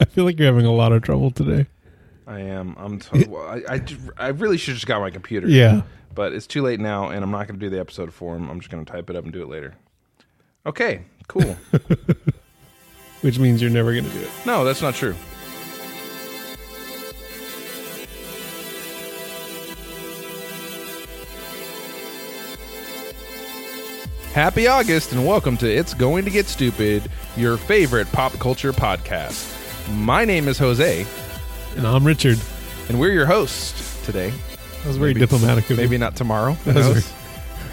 I feel like you're having a lot of trouble today. I am. I'm. T- well, I, I j- I really should have just got my computer. Yeah. But it's too late now, and I'm not going to do the episode for him. I'm just going to type it up and do it later. Okay. Cool. Which means you're never going to do it. no, that's not true. Happy August and welcome to It's Going to Get Stupid, your favorite pop culture podcast. My name is Jose, And I'm Richard. and we're your hosts today. That was very Maybe- diplomatic of Maybe you. not tomorrow. Who That's knows?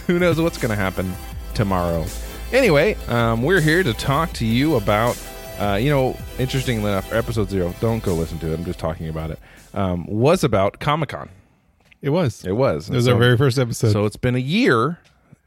Who knows what's going to happen tomorrow? Anyway, um, we're here to talk to you about, uh, you know, interestingly enough, episode zero. Don't go listen to it. I'm just talking about it. Um, was about Comic Con. It was. It was. It was so, our very first episode. So it's been a year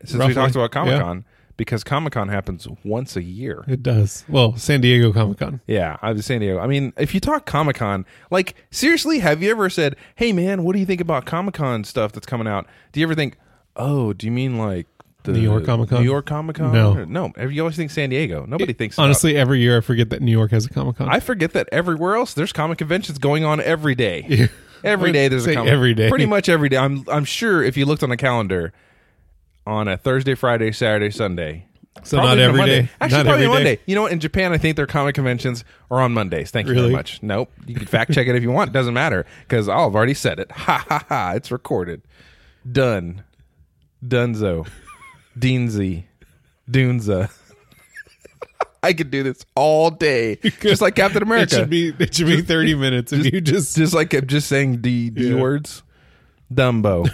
since Roughly, we talked about yeah. Comic Con because Comic Con happens once a year. it does. Well, San Diego Comic Con. Yeah, I was San Diego. I mean, if you talk Comic Con, like seriously, have you ever said, "Hey, man, what do you think about Comic Con stuff that's coming out?" Do you ever think, "Oh, do you mean like the New York Comic Con? New York Comic Con? No. no. Have you always think San Diego? Nobody thinks. about- Honestly, every year I forget that New York has a Comic Con. I forget that everywhere else there's comic conventions going on every day. Yeah. Every day there's Say a comic. every day. pretty much every day. I'm I'm sure if you looked on a calendar, on a Thursday, Friday, Saturday, Sunday. So Probably not even every Monday. day. Actually, Not every probably day. Monday. You know what? In Japan, I think their comic conventions are on Mondays. Thank you very Really? much. Nope. You can fact check it if you want. Doesn't matter because I've already said it. Ha ha ha! It's recorded. Done. Dunzo. Deanzy. Dunza. I could do this all day, just like Captain It America. should be it should be 30 minutes if you just just like I'm just saying D D Yeah. words. Dumbo.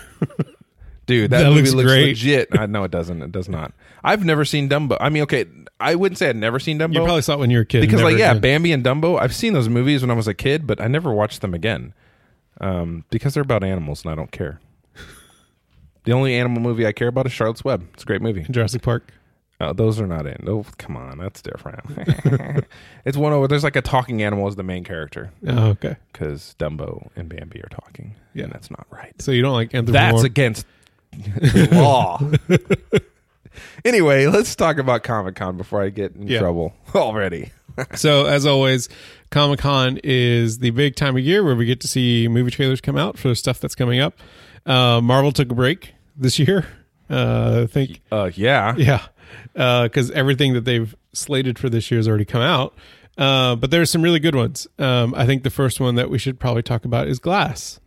Dude, that, That movie looks looks, great. legit. I know it doesn't. It does not. I've never seen Dumbo. I mean, okay, I wouldn't say I'd never seen Dumbo you probably saw it when you were a kid. and because, like, never yeah, again. Bambi and Dumbo. I've seen those movies when I was a kid, but I never watched them again um, because they're about animals, and I don't care. the only animal movie I care about is Charlotte's Web. It's a great movie. Jurassic Park. Oh, those are not in. Oh, come on, that's different. it's one over. There's like a talking animal as the main character Oh, okay. because Dumbo and Bambi are talking. Yeah. and that's not right. So you don't like That's anthropomorphic? against the law. anyway, let's talk about Comic Con before I get in Yeah. trouble already. So, as always, Comic Con is the big time of year where we get to see movie trailers come out for stuff that's coming up. Uh, Marvel took a break this year, uh, I think. Uh, yeah. Yeah, because everything that they've slated for this year has already come out. Uh, but there's some really good ones. Um, I think the first one that we should probably talk about is Glass,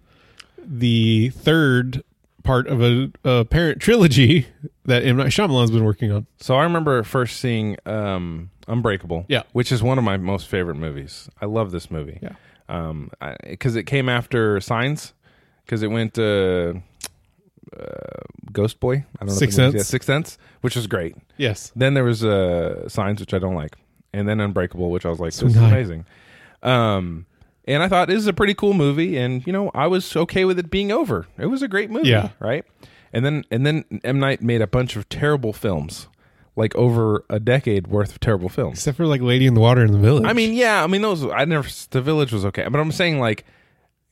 the third part of a, a parent trilogy that M Night Shyamalan's been working on. So I remember first seeing um, Unbreakable. Yeah. which is one of my most favorite movies. I love this movie. Yeah. um, because it came after Signs, because it went uh, uh, Ghost Boy. I don't know Sixth if it was- Sense. Yeah, Sixth Sense, which was great. Yes, Then there was uh, Signs, which I don't like, and then Unbreakable, which I was like, this is nice. amazing. Um, and I thought this is a pretty cool movie, and you know, I was okay with it being over. It was a great movie, Yeah. right? And then and then M Night made a bunch of terrible films, like over a decade worth of terrible films. except for like Lady in the Water in the Village. I mean, yeah, I mean those. I never. The Village was okay, but I'm saying like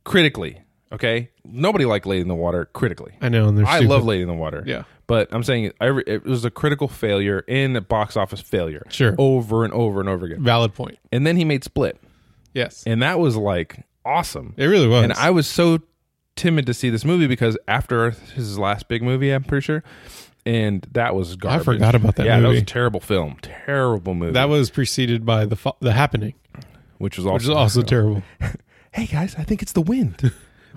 critically, okay. Nobody liked Lady in the Water critically. I know, and they're I stupid. love Lady in the Water. Yeah. But I'm saying every, it was a critical failure in a box office failure. Sure. Over and over and over again. Oh, valid point. And then he made Split. Yes, And that was like awesome. it really was. And I was so timid to see this movie because after his last big movie, I'm pretty sure. And that was garbage. forgot about that yeah, that was movie. a terrible film. Terrible movie. that was preceded by the Fa- the happening, which was which is awesome. also terrible. hey guys, I think it's the wind.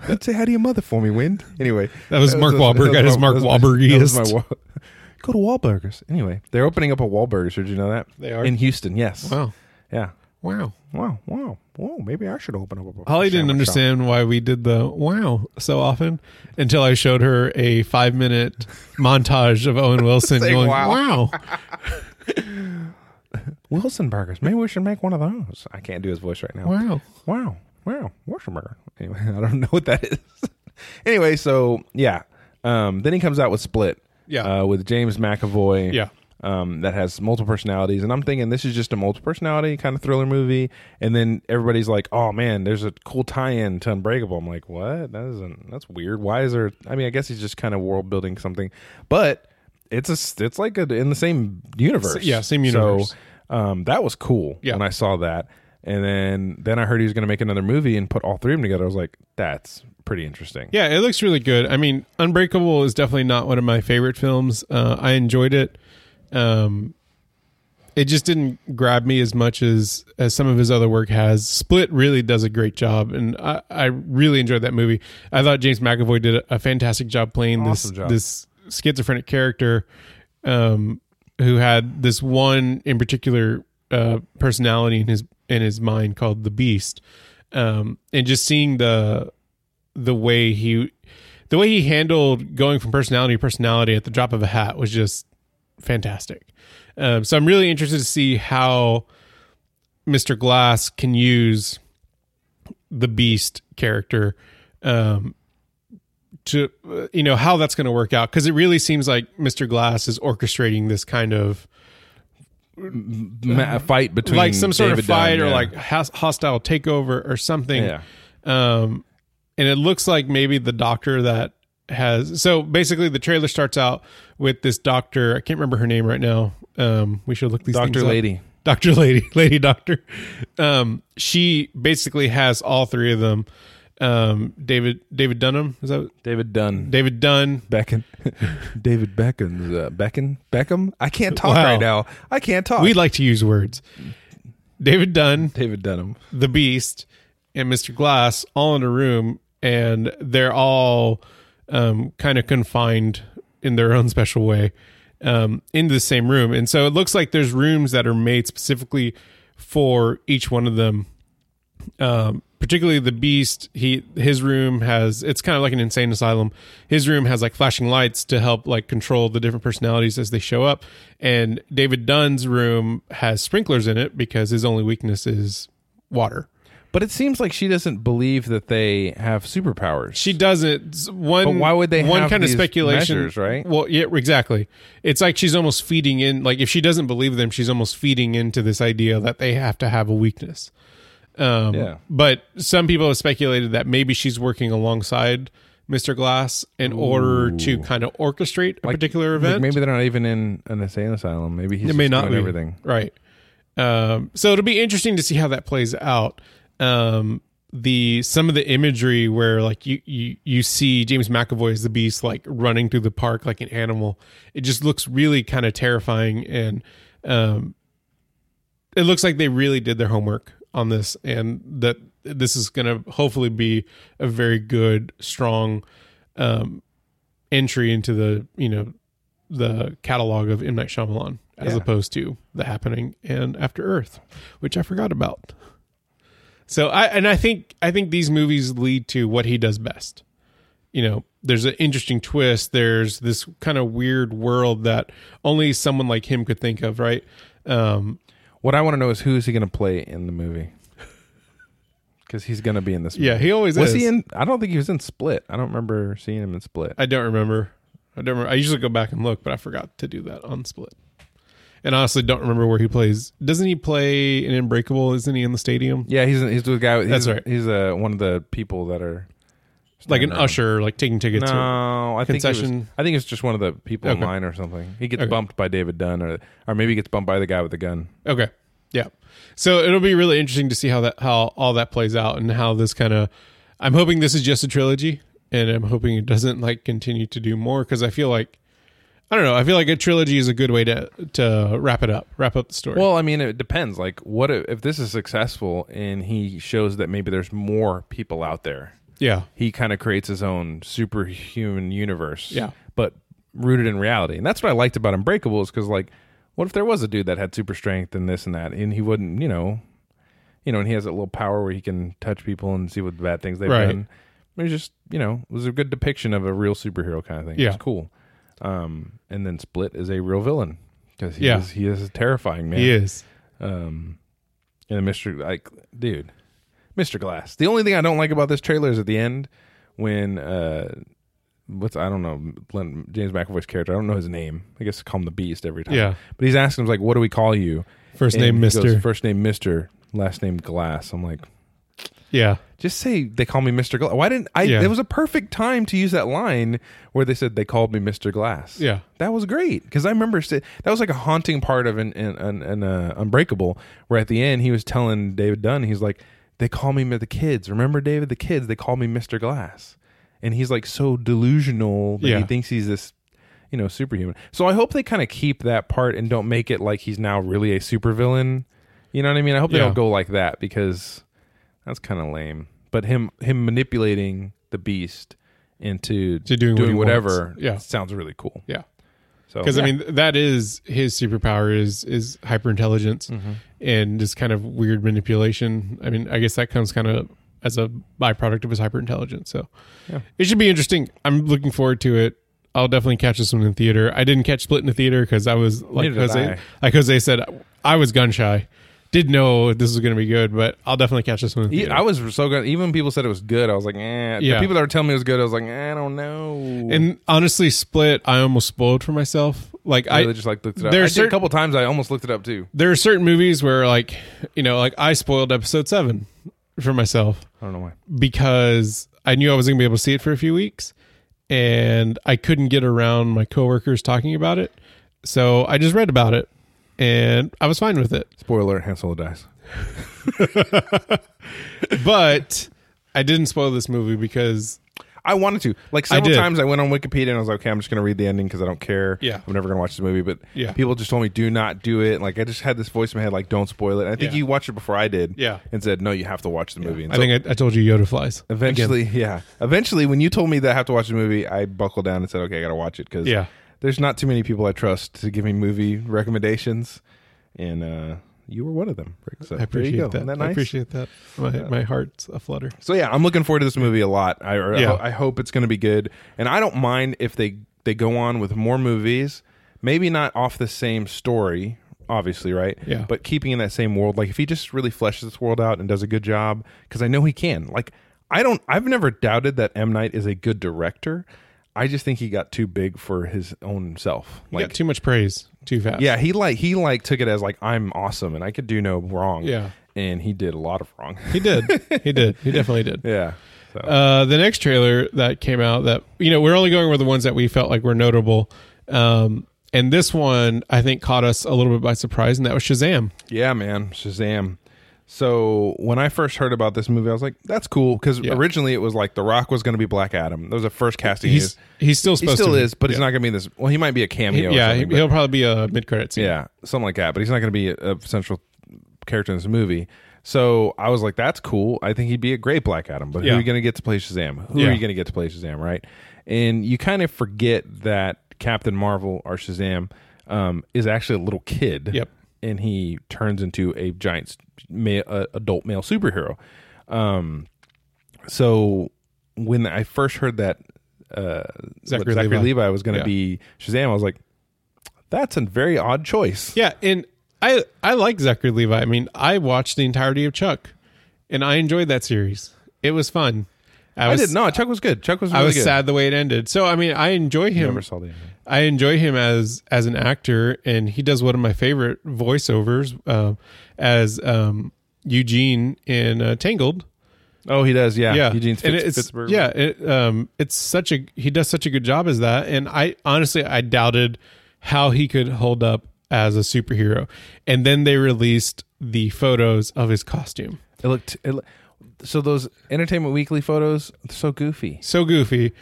I'd say hi to your mother for me, wind. Anyway, That was Mark Wahlberg at his Mark Wahlbergiest. Go to Wahlburgers. Anyway, they're opening up a Wahlburgers. Did you know that? They are? in Houston. Yes. Wow, Yeah. wow. Wow. Wow. Wow. Maybe I should open up a. Holly didn't sandwich shop. understand why we did the wow so often until I showed her a five minute montage of Owen Wilson Saying going, wow. wow. Wilson burgers. Maybe we should make one of those. I can't do his voice right now. Wow. Wow. Wow. Wilson burger. Anyway, I don't know what that is. anyway, so yeah. Um, then he comes out with Split. Yeah. Uh, with James McAvoy. Yeah. Um, that has multiple personalities, and I'm thinking this is just a multiple personality kind of thriller movie. And then everybody's like, "Oh man, there's a cool tie-in to Unbreakable." I'm like, "What? That isn't. That's weird. Why is there? I mean, I guess he's just kind of world building something, but it's a s- it's like a, in the same universe. Yeah, same universe. So um, that was cool Yeah. when I saw that. And then then I heard he was going to make another movie and put all three of them together. I was like, that's pretty interesting. Yeah, it looks really good. I mean, Unbreakable is definitely not one of my favorite films. Uh, I enjoyed it. Um, it just didn't grab me as much as as some of his other work has. Split really does a great job, and I, I really enjoyed that movie. I thought James McAvoy did a fantastic job playing Awesome this job. this schizophrenic character, um, who had this one in particular uh, personality in his in his mind called the Beast, um, and just seeing the the way he the way he handled going from personality to personality at the drop of a hat was just fantastic. Um, so I'm really interested to see how Mr. Glass can use the Beast character um, to, uh, you know, how that's going to work out. Because it really seems like Mr. Glass is orchestrating this kind of Ma- a fight between like some sort David of fight Dunn, or yeah. like hos- hostile takeover or something. yeah. Um, and it looks like maybe the doctor that has so basically the trailer starts out with this doctor. I can't remember her name right now. Um, we should look these Doctor things up. Lady. Doctor Lady, Lady Doctor. Um, she basically has all three of them. Um, David David Dunham is that David Dunn. David Dunn? Beckon. David Beckons. Uh, Beckon. Beckham. I can't talk Wow. right now. I can't talk. We like to use words. David Dunn, David Dunham. the Beast, and Mr. Glass all in a room, and they're all um, kind of confined in their own special way um, in the same room. And so it looks like there's rooms that are made specifically for each one of them. Um, particularly the Beast, he his room has it's kind of like an insane asylum. His room has like flashing lights to help like control the different personalities as they show up. And David Dunn's room has sprinklers in it because his only weakness is water. But it seems like she doesn't believe that they have superpowers. She doesn't. One. But why would they One have kind these of speculation, measures, right? Well, yeah, exactly. It's like she's almost feeding in. Like if she doesn't believe them, she's almost feeding into this idea that they have to have a weakness. Um, Yeah. But some people have speculated that maybe she's working alongside Mr. Glass in order to kind of orchestrate a particular Like, event. maybe they're not even in an insane asylum. Maybe he's it may just not doing be everything. right um, so it'll be interesting to see how that plays out um, the some of the imagery where like you, you you see james mcavoy as the beast like running through the park like an animal it just looks really kind of terrifying and um, it looks like they really did their homework on this and that this is going to hopefully be a very good strong um, entry into the you know the catalog of M Night Shyamalan as Yeah. opposed to The Happening and After Earth, which I forgot about. So I and I think I think these movies lead to what he does best. You know, there's an interesting twist. There's this kind of weird world that only someone like him could think of, right? Um, What I want to know is who is he going to play in the movie? Because he's going to be in this. yeah, movie. he always was is. he in? I don't think he was in Split. I don't remember seeing him in Split. I don't remember. I don't. Remember. I usually go back and look, but I forgot to do that on Split. And honestly, don't remember where he plays. Doesn't he play in Unbreakable? Isn't he in the stadium? Yeah, he's he's the guy. He's, That's right. He's uh, one of the people that are like an No. usher, like taking tickets. No, or- I think he was- concession. I think it's just one of the people Okay. in line or something. He gets Okay. bumped by David Dunn, or or maybe he gets bumped by the guy with the gun. Okay, yeah. So it'll be really interesting to see how that how all that plays out and how this kind of. I'm hoping this is just a trilogy, and I'm hoping it doesn't like continue to do more because I feel like. I don't know. I feel like a trilogy is a good way to to wrap it up, wrap up the story. Well, I mean, it depends. Like, what if, if this is successful and he shows that maybe there's more people out there? yeah, He kind of creates his own superhuman universe. Yeah. but rooted in reality, and that's what I liked about Unbreakable is because like, what if there was a dude that had super strength and this and that, and he wouldn't, you know, you know, and he has a little power where he can touch people and see what bad things they've Right. done. It was just, you know, it was a good depiction of a real superhero kind of thing. Yeah. It's cool. Um, and then Split is a real villain because he Yeah. is he is a terrifying man. he is. Um, and Mr. Like, dude, Mr. Glass. The only thing I don't like about this trailer is at the end when uh, what's I don't know Len, James McAvoy's character. I don't know his name. I guess I call him the Beast every time. Yeah. but he's asking him like, "What do we call you?" First And name he goes, Mister. First name Mister. Last name Glass. I'm like, Yeah. Just say they call me Mr. Glass. Why didn't I? Yeah. There was a perfect time to use that line where they said they called me Mr. Glass. Yeah. that was great because I remember st- that was like a haunting part of an an, an, an uh, Unbreakable, where at the end he was telling David Dunn, he's like, "They call me Mi- the kids. Remember David, the kids? They call me Mr. Glass," and he's like so delusional that he Yeah. thinks he's this. You know, superhuman. So I hope they kind of keep that part and don't make it like he's now really a supervillain. You know what I mean? I hope they Yeah. don't go like that because that's kind of lame. But him him manipulating the beast into To doing what he whatever wants. Yeah. sounds really cool. Yeah. So Because yeah. I mean, that is his superpower is is hyper intelligence Mm-hmm. and just kind of weird manipulation. I mean, I guess that comes kind of as a byproduct of his hyper intelligence. So Yeah. it should be interesting. I'm looking forward to it. I'll definitely catch this one in theater. I didn't catch Split in the theater because I was like Neither did Jose, I. like Jose said, I was gun shy. Did know this was going to be good, but I'll definitely catch this one. In E- theater. I was so good. Even when people said it was good. I was like, eh. The Yeah. people that were telling me it was good, I was like, eh, I don't know. and honestly, Split, I almost spoiled for myself. Like I I really just like looked it up. there are I did a certain- couple times. I almost looked it up too. there are certain movies where like you know like i spoiled episode 7 for myself I don't know why. because i knew i was going to be able to see it for a few weeks and i couldn't get around my coworkers talking about it so i just read about it and i was fine with it Spoiler: alert, Han Solo dies. but i didn't spoil this movie because I wanted to. Like I several did. times I went on Wikipedia and I was like, okay, I'm just going to read the ending because I don't care. Yeah. I'm never going to watch the movie. But Yeah. people just told me, do not do it. Like I just had this voice in my head, like, don't spoil it. And I think Yeah. you watched it before I did. Yeah. And said, no, you have to watch the movie. And i so think I, I told you yoda flies eventually, yeah. Eventually, when you told me that I have to watch the movie, I buckled down and said, okay, I got to watch it because Yeah. there's not too many people I trust to give me movie recommendations. And uh, you were one of them. Rick. So i there you go. appreciate that, Isn't that i nice? appreciate that my, my heart's aflutter So yeah, I'm looking forward to this movie a lot. I I, Yeah. I hope it's going to be good, and I don't mind if they they go on with more movies. Maybe not off the same story, obviously, right? Yeah. But keeping in that same world, like if he just really fleshes this world out and does a good job, because I know he can. Like I don't, I've never doubted that M Night is a good director. I just think he got too big for his own self. like Like too much praise too fast yeah, he like he like took it as like I'm awesome and I could do no wrong. Yeah. And he did a lot of wrong. he did he did he definitely did yeah. So Uh, the next trailer that came out that you know we're only going with the ones that we felt like were notable um, and this one i think caught us a little bit by surprise and that was shazam Yeah, man, Shazam. So when I first heard about this movie, I was like, "That's cool," because Yeah. originally it was like The Rock was going to be Black Adam. That was the first casting. he's he's still he supposed to still be- is, but he's not going to be in this. Well, he might be a cameo. or yeah something, he, but- will probably be a mid-credit scene yeah, something like that. But he's not going to be a, a central character in this movie. So I was like, "That's cool." I think he'd be a great Black Adam. But who Yeah. are you going to get to play Shazam? Who are Yeah. you going to get to play Shazam? Right? And you kind of forget that Captain Marvel or Shazam um, is actually a little kid. Yep. And he turns into a giant s- ma- uh, adult male superhero. Um, so when I first heard that uh, Zachary Zachary, Zachary Levi. Levi. was going to Yeah. be Shazam, I was like, that's a very odd choice. yeah and i i like zachary levi i mean i watched the entirety of chuck and i enjoyed that series it was fun i I was didn't know. Chuck was good. Chuck was really I was good. sad the way it ended. So I mean, I enjoy him. Never saw the ending. I enjoy him as as an actor, and he does one of my favorite voiceovers uh, as um, Eugene in uh, Tangled. Oh, he does. Yeah. Yeah, Eugene and Fitz- it's, Fitzberg. Yeah, it, um, it's such a he does such a good job as that, and I honestly I doubted how he could hold up as a superhero, and then they released the photos of his costume. It looked. It look, so those Entertainment Weekly photos, they're so goofy. so goofy.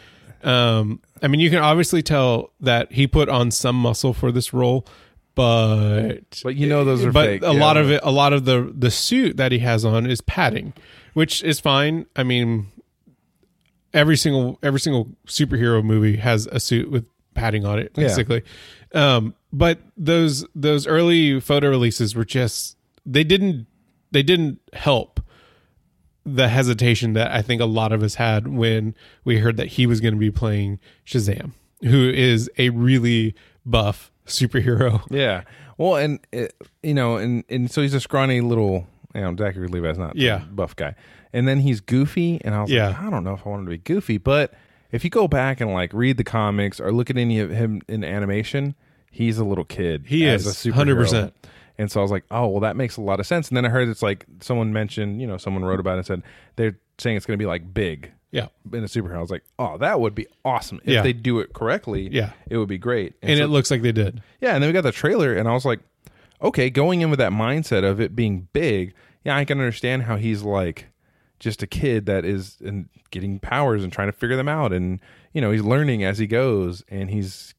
Um, I mean, you can obviously tell that he put on some muscle for this role, but But you know those are but fake. a yeah. lot of it, a lot of the the suit that he has on is padding, which is fine. I mean, every single every single superhero movie has a suit with padding on it, Yeah. basically. Um, but those those early photo releases were just they didn't they didn't help the hesitation that I think a lot of us had when we heard that he was going to be playing Shazam, who is a really buff superhero. Yeah. Well, and it, you know, and and so he's a scrawny little. You know, Zachary Levi's not the Yeah. buff guy, and then he's goofy, and I was Yeah. like, I don't know if I want him to be goofy, but if you go back and like read the comics or look at any of him in animation, he's a little kid. He as is, a superhero. 100%. And so I was like, oh, well, that makes a lot of sense. And then I heard it's like someone mentioned, you know, someone wrote about it and said they're saying it's going to be like big Yeah. in a superhero. I was like, oh, that would be awesome. If Yeah. they do it correctly, Yeah. it would be great. And so- it looks like they did. yeah, and then we got the trailer, and I was like, okay, going in with that mindset of it being big, yeah, I can understand how he's like just a kid that is and getting powers and trying to figure them out, and you know he's learning as he goes, and he's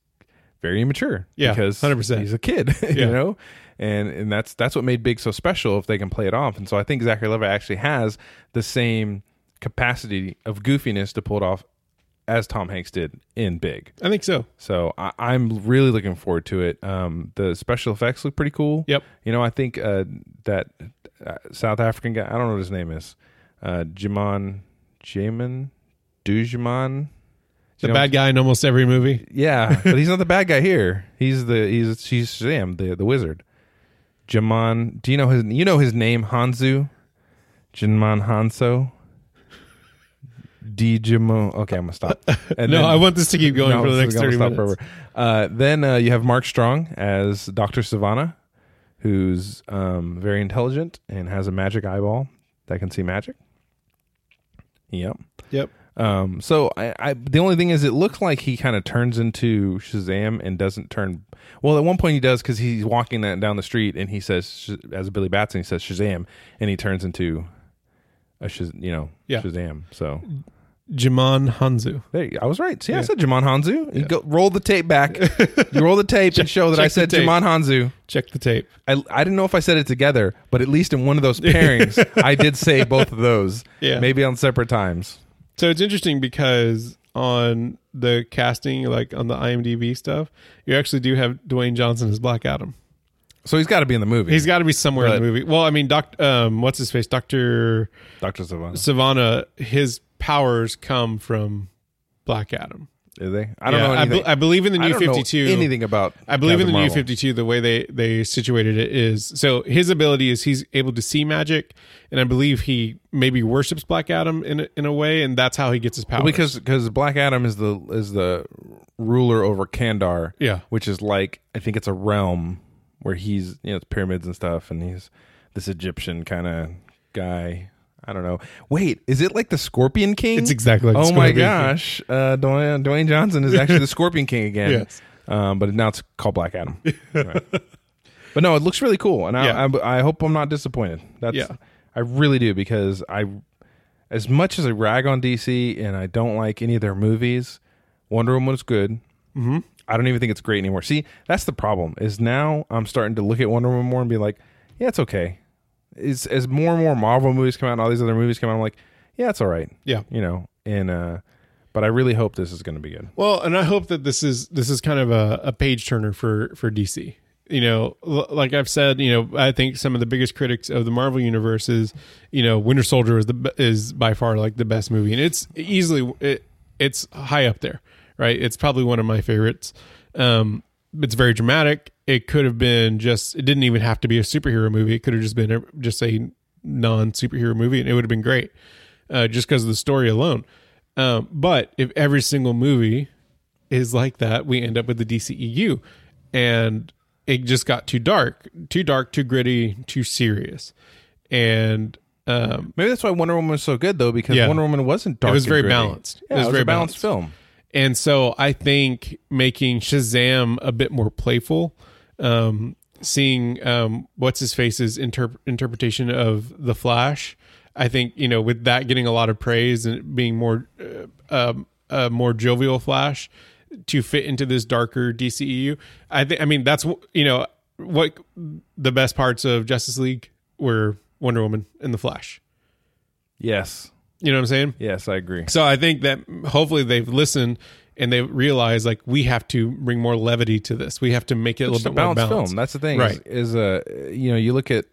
very immature, Yeah, because 100%. he's a kid, Yeah. you know, and and that's that's what made Big so special if they can play it off, and so I think Zachary Levi actually has the same capacity of goofiness to pull it off as Tom Hanks did in Big. I think so. So I, I'm really looking forward to it. Um, the special effects look pretty cool. Yep. You know, I think uh, that uh, South African guy, I don't know what his name is, uh, Jamon, Jamin, Dujman. The bad guy in almost every movie. Yeah, but he's not the bad guy here. He's the he's he's Sam, the the wizard. Jamon, do you know his you know his name Hanzu? Jinmon Hanso. Dijimon. Okay, I'm gonna stop. And no, then- I want this to keep going no, for the this next is gonna thirty stop minutes. forever. Uh, then uh, you have Mark Strong as Doctor Savannah, who's um, very intelligent and has a magic eyeball that can see magic. Yep. Yep. Um, so I, I, the only thing is, it looks like he kind of turns into Shazam and doesn't turn. Well, at one point he does because he's walking that down the street and he says, Sh- as Billy Batson, he says Shazam, and he turns into a Shaz, you know, Yeah. Shazam. So Jamon Hanzu. there you, I was right. See, Yeah. I said Jamon Hanzu. You go, roll the tape back. you roll the tape and show that check I said the tape. Jamon Hanzu. Check the tape. I, I didn't know if I said it together, but at least in one of those pairings, I did say both of those. Yeah. Maybe on separate times. So it's interesting because on the casting, like on the IMDb stuff, you actually do have Dwayne Johnson as Black Adam. So he's got to be in the movie. He's got to be somewhere in the But- movie. Well, I mean, doc, um, what's his face, Doctor Dr. Savannah. Savannah. His powers come from Black Adam. Is they? I don't Yeah, know I, anything. be- I believe in the I New don't know Fifty Two. anything about. I believe in Captain the New Marvel. Fifty Two. The way they they situated it is so his ability is he's able to see magic, and I believe he maybe worships Black Adam in a, in a way, and that's how he gets his power. Well, because because Black Adam is the is the ruler over Kandar. Yeah. which is like I think it's a realm where he's you know it's pyramids and stuff, and he's this Egyptian kind of guy. I don't know. Wait, is it like the Scorpion King? It's exactly like oh the my Scorpion King. gosh, uh, Dwayne, Dwayne Johnson is actually the Scorpion King again. Yes. um, but now it's called Black Adam. Right. But no, it looks really cool, and I, Yeah. I I hope I'm not disappointed. That's Yeah. I really do because I as much as I rag on DC and I don't like any of their movies, Wonder Woman was good. Mm-hmm. I don't even think it's great anymore. See, that's the problem. Is now I'm starting to look at Wonder Woman more and be like, yeah, it's okay. It's, as more and more Marvel movies come out and all these other movies come out, I'm like, yeah, it's all right. yeah. You know, and uh, but I really hope this is going to be good. Well, and I hope that this is this is kind of a, a page turner for for DC. You know, l- like I've said, you know, I think some of the biggest critics of the Marvel universe is, you know, Winter Soldier is the be- is by far like the best movie, and it's easily it, it's high up there, right? It's probably one of my favorites. Um, it's very dramatic. It could have been just. It didn't even have to be a superhero movie. It could have just been a, just a non superhero movie, and it would have been great uh, just because of the story alone. Um, but if every single movie is like that, we end up with the DCEU. And it just got too dark, too dark, too gritty, too serious. And um, Maybe that's why Wonder Woman was so good though, because Yeah. Wonder Woman wasn't dark. it was and very gritty. balanced. Yeah, it was, very a balanced, balanced. film. And so I think making Shazam a bit more playful, um, seeing um, what's his face's interp- interpretation of the Flash, I think you know with that getting a lot of praise and it being more uh, um, a more jovial Flash to fit into this darker DCEU. I think I mean that's wh- you know what the best parts of Justice League were Wonder Woman and the Flash. Yes, You know what I'm saying? yes, I agree. So I think that hopefully they've listened and they realize like we have to bring more levity to this. We have to make it a It's little bit a balanced more balanced. film. That's the thing, Right. Is, is uh, you know, you look at,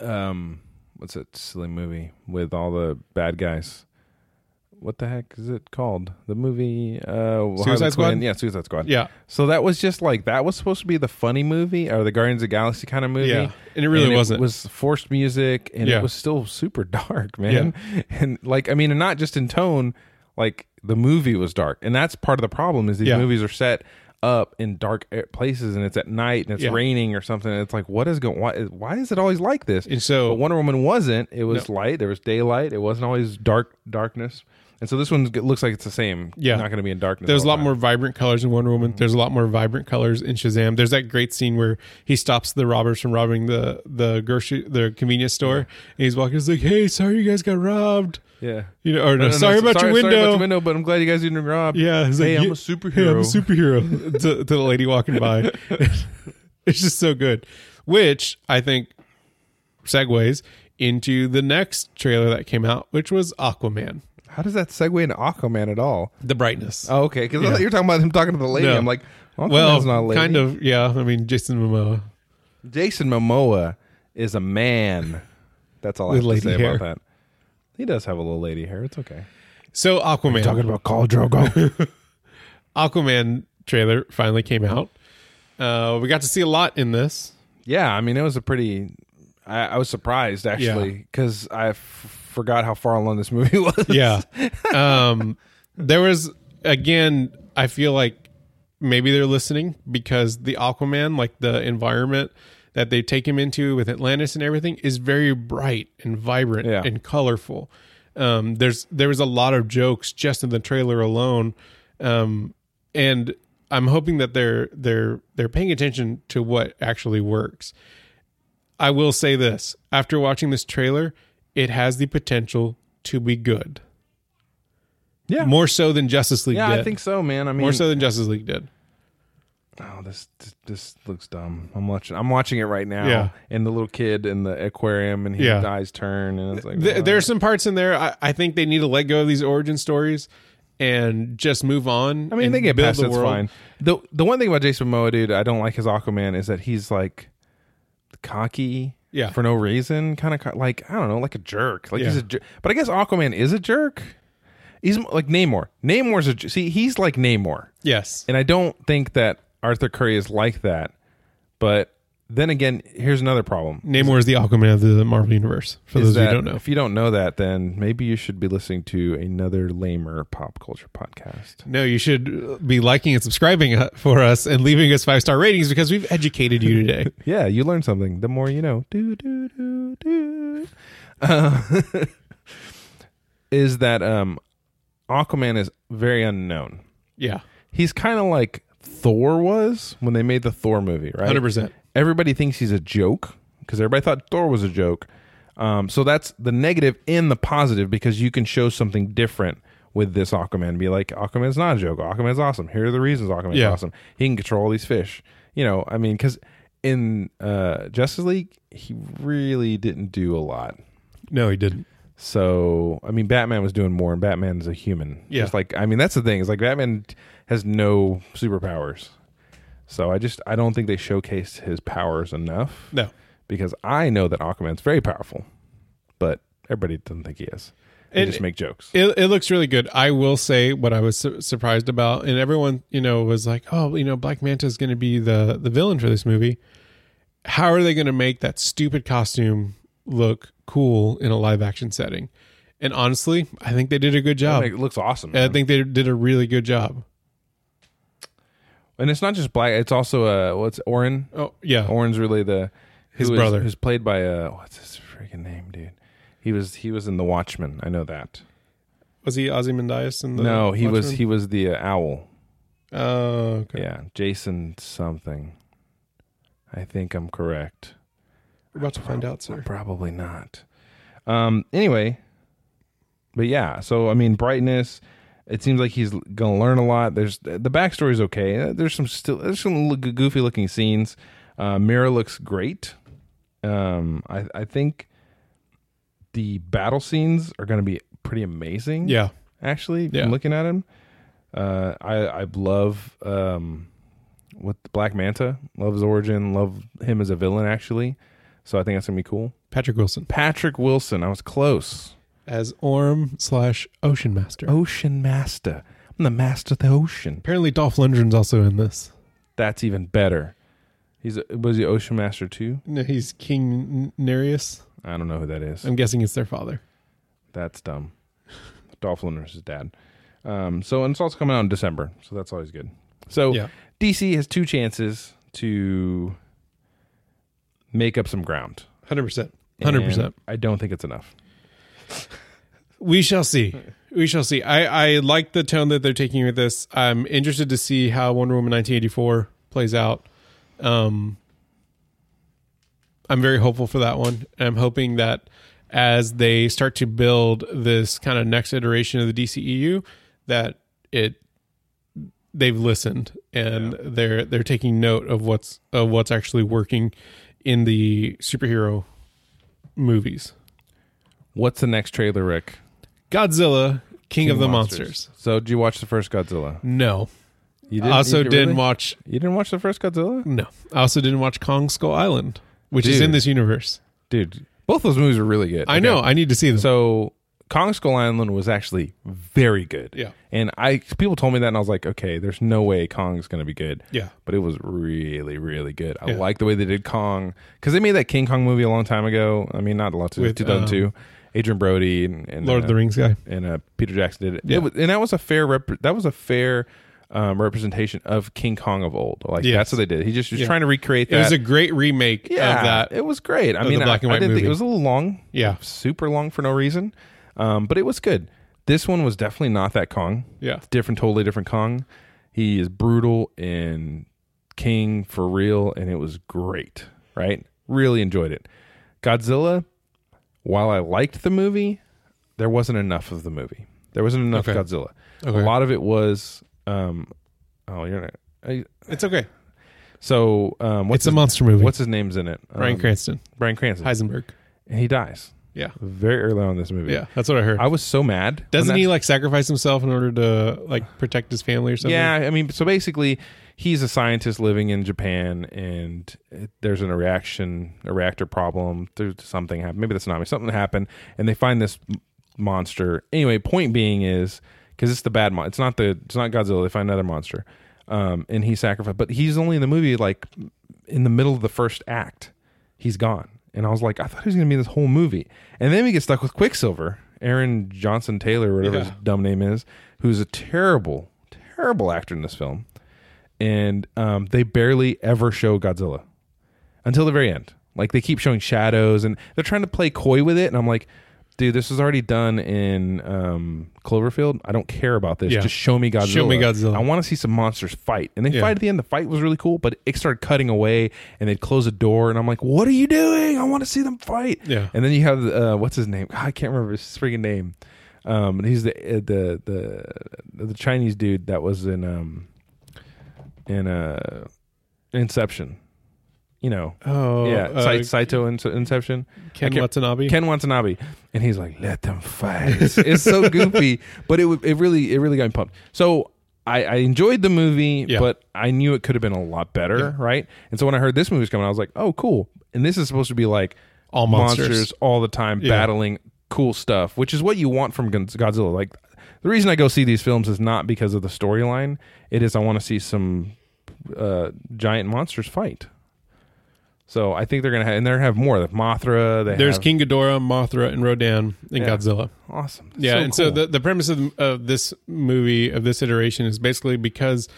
um, what's that silly movie with all the bad guys? What the heck is it called? The movie, uh, Harley Suicide Squad? Quinn. Yeah, Suicide Squad. Yeah, So that was just like that was supposed to be the funny movie or the Guardians of the Galaxy kind of movie. Yeah. And it really wasn't. It was forced music and Yeah. it was still super dark, man. And like I mean, and not just in tone, like the movie was dark. And that's part of the problem is these Yeah. movies are set up in dark a- places and it's at night and it's Yeah. raining or something. And it's like, what is going? Why is why is it always like this? And so- but Wonder Woman wasn't. It was light. There was daylight. It wasn't always dark darkness. And so this one looks like it's the same. Yeah. not going to be in darkness. There's a lot all the time. more vibrant colors in Wonder Woman. There's a lot more vibrant colors in Shazam. There's that great scene where he stops the robbers from robbing the the grocery the convenience store. And he's walking. He's like, "Hey, sorry you guys got robbed." Yeah. You know, or no, No, no, sorry, so- about your sorry window. about your window, but I'm glad you guys didn't rob. Yeah, he's Hey, like, I'm "You- a superhero. Hey, I'm a superhero to, to the lady walking by. it's just so good, which I think segues into the next trailer that came out, which was Aquaman. How does that segue into Aquaman at all? The brightness. Oh, okay. Because you're talking about him talking to the lady. No. I'm like, Aquaman's well, not a lady. kind of. Yeah, I mean Jason Momoa. Jason Momoa is a man. That's all I With have to lady say hair. about that. He does have a little lady hair. It's okay. So Aquaman. about Khal Drogo. Aquaman trailer finally came out. Uh, we got to see a lot in this. yeah, I mean, it was a pretty. I, I was surprised actually because I f- forgot how far along this movie was. Yeah. um, there was again. I feel like maybe they're listening because the Aquaman, like the environment that they take him into with Atlantis and everything, is very bright and vibrant Yeah. and colorful. Um, there's there was a lot of jokes just in the trailer alone, um, and I'm hoping that they're they're they're paying attention to what actually works. I will say this after watching this trailer, it has the potential to be good. Yeah. More so than Justice League yeah, did. I think so, man. I mean, More so than Justice League did. oh, this, this this looks dumb. I'm watching. I'm watching it right now. Yeah. and the little kid in the aquarium, and his Yeah. eyes turn, and it's like Th- "Oh." there are some parts in there I, I think they need to let go of these origin stories and just move on. I mean, and they get build past the it's world. fine. The the one thing about Jason Momoa, dude, I don't like his Aquaman is that he's like cocky, Yeah. for no reason, kind of co- like I don't know, like a jerk. Like he's Yeah. a jerk. But I guess Aquaman is a jerk. He's m- like Namor. Namor's a j- see, he's like Namor, Yes. and I don't think that Arthur Curry is like that. But then again, here's another problem. Namor is the Aquaman of the Marvel Universe, for is those that who don't know. If you don't know that, then maybe you should be listening to another lamer pop culture podcast. No, you should be liking and subscribing uh, for us and leaving us five star ratings because we've educated you today. Yeah, you learn something. The more you know. Do do do do. Uh, is that um, Aquaman is very unknown. yeah. He's kind of like Thor was when they made the Thor movie, right? 100%. Everybody thinks he's a joke because everybody thought Thor was a joke. Um, so that's the negative and the positive because you can show something different with this Aquaman. Be like, Aquaman's not a joke. Aquaman's awesome. Here are the reasons Aquaman's Yeah. awesome. He can control all these fish. You know, I mean, because in uh, Justice League, he really didn't do a lot. No, he didn't. So I mean, Batman was doing more, and Batman's a human. Yeah. Just like I mean, that's the thing. Is like Batman has no superpowers. So I just I don't think they showcased his powers enough No. because I know that Aquaman's very powerful, but everybody doesn't think he is. They And- just make jokes. It, it looks really good. I will say what I was su- surprised about, and everyone you know was like, "Oh, you know, Black Manta is going to be the the villain for this movie. How are they going to make that stupid costume look cool in a live action setting?" And honestly, I think they did a good I job. mean, it looks awesome, um, And I man. think they did a really good job. and it's not just black. It's also uh, what's Orin? Oh yeah, Orin's really the His who is- brother. who's played by uh, what's his freaking name, dude? He was he was in The Watchmen. I know that. was he Ozymandias in the? no, he was Watchmen? he was the uh, owl. Oh okay. Yeah, Jason something. I think I'm correct. We're about to find out, sir. Probably not. Um. Anyway, but yeah. So I mean, brightness. It seems like he's gonna learn a lot. There's the backstory's okay. Uh, There's some still there's some look- goofy looking scenes. Uh, Mira looks great. Um. I I think the battle scenes are gonna be pretty amazing Yeah, actually Yeah. from looking at him. Uh, I I love um, what Black Manta. Love his origin. Love him as a villain actually. So I think that's gonna be cool. Patrick Wilson Patrick Wilson. I was close. as Orm slash Ocean Master. Ocean Master. I'm the master of the ocean. Oh, Apparently, Dolph Lundgren's also in this. That's even better. He's a, was he Ocean Master too? No, he's King N- Nereus. I don't know who that is. I'm guessing it's their father. That's dumb. Dolph Lundgren's his dad. Um, so and it's also coming out in December, so that's always good. So Yeah. DC has two chances to make up some ground. Hundred percent. Hundred And percent. I don't think it's enough. We shall see. We shall see. I, I like the tone that they're taking with this. I'm interested to see how Wonder Woman 1984 plays out. Um, I'm very hopeful for that one. I'm hoping that as they start to build this kind of next iteration of the DCEU, that it they've listened and they're they're taking note of what's of what's actually working in the superhero movies. What's the next trailer, Rick? Godzilla, King, of the Monsters. So, did you watch the first Godzilla? No. You I also you didn't really? watch You didn't watch the first Godzilla, no. I also didn't watch Kong Skull Island, which is Dude. in this universe. dude. Both those movies were really good. I Okay. know. I need to see them. So Kong Skull Island was actually very good. Yeah. And I people told me that and I was like, okay, there's no way Kong's gonna be good. Yeah. But it was really, really good. I Yeah. like the way they did Kong because they made that King Kong movie a long time ago. I mean, not a lot to With, um, 2002. Adrian Brody and, and Lord uh, of the Rings guy. and uh, Peter Jackson did it. Yeah. It was- and that was a fair rep- that was a fair um, representation of King Kong of old. Like Yes. that's what they did. He just was Yeah. trying to recreate It that. was a great remake yeah, of that. it was great. I the mean, black I, and I white didn't movie. think it was a little long Yeah. super long for no reason, um, but it was good. This one was definitely not that Kong. Yeah. Different, totally different Kong. He is brutal and king for real, and it was great. Right? Really enjoyed it. Godzilla. While I liked the movie, there wasn't enough of the movie. There wasn't enough Okay. Godzilla. Okay. A lot of it was. Um, oh, you're not. I, It's okay. so um, what's it's a his, monster movie. what's his name's in it? Brian Um, Cranston. Bryan Cranston. Heisenberg. And he dies Yeah. very early on in this movie. Yeah. That's what I heard. I was so mad. when Doesn't that he like sacrifice himself in order to like protect his family or something? Yeah, I mean, so basically, he's a scientist living in Japan, and uh, there's an reaction, a reactor problem. There's something happened. Maybe the tsunami. Something happened, and they find this m- monster. Anyway, point being is because it's the bad mon. It's not the. It's not Godzilla. They find another monster, um, and he sacrificed. But he's only in the movie like in the middle of the first act. He's gone, and I was like, I thought he was gonna be in this whole movie, and then we get stuck with Quicksilver. Aaron Johnson Taylor, whatever Yeah. his dumb name is, who's a terrible, terrible actor in this film, and um, they barely ever show Godzilla until the very end. Like they keep showing shadows, and they're trying to play coy with it, and I'm like, dude, this is already done in um, Cloverfield. I don't care about this. Yeah. Just show me Godzilla. Show me Godzilla. I want to see some monsters fight, and they Yeah. fight at the end. The fight was really cool, but it started cutting away, and they'd close a door, and I'm like, what are you doing? I want to see them fight. Yeah. And then you have uh, what's his name? I can't remember his freaking name. Um, and he's the uh, the the the Chinese dude that was in um in uh Inception. You know, Oh. yeah, uh, Sai- Saito in- Inception. I Ken can't- Watanabe. Ken Watanabe, and he's like, "Let them fight." It's, it's so goofy, but it w- it really it really got me pumped. So I, I enjoyed the movie, Yeah. but I knew it could have been a lot better, right? And so when I heard this movie was coming, I was like, "Oh, cool!" And this is supposed to be like All monsters. all the time, Yeah. battling cool stuff, which is what you want from Gon- Godzilla. Like the reason I go see these films is not because of the storyline; it is I want to see some uh, giant monsters fight. So I think they're gonna have, and they're gonna have more. Like Mothra. They There's have, King Ghidorah, Mothra, and Rodan, and Yeah. Godzilla. awesome. That's Yeah, so and so cool. the, the premise of, of this movie of this iteration is basically because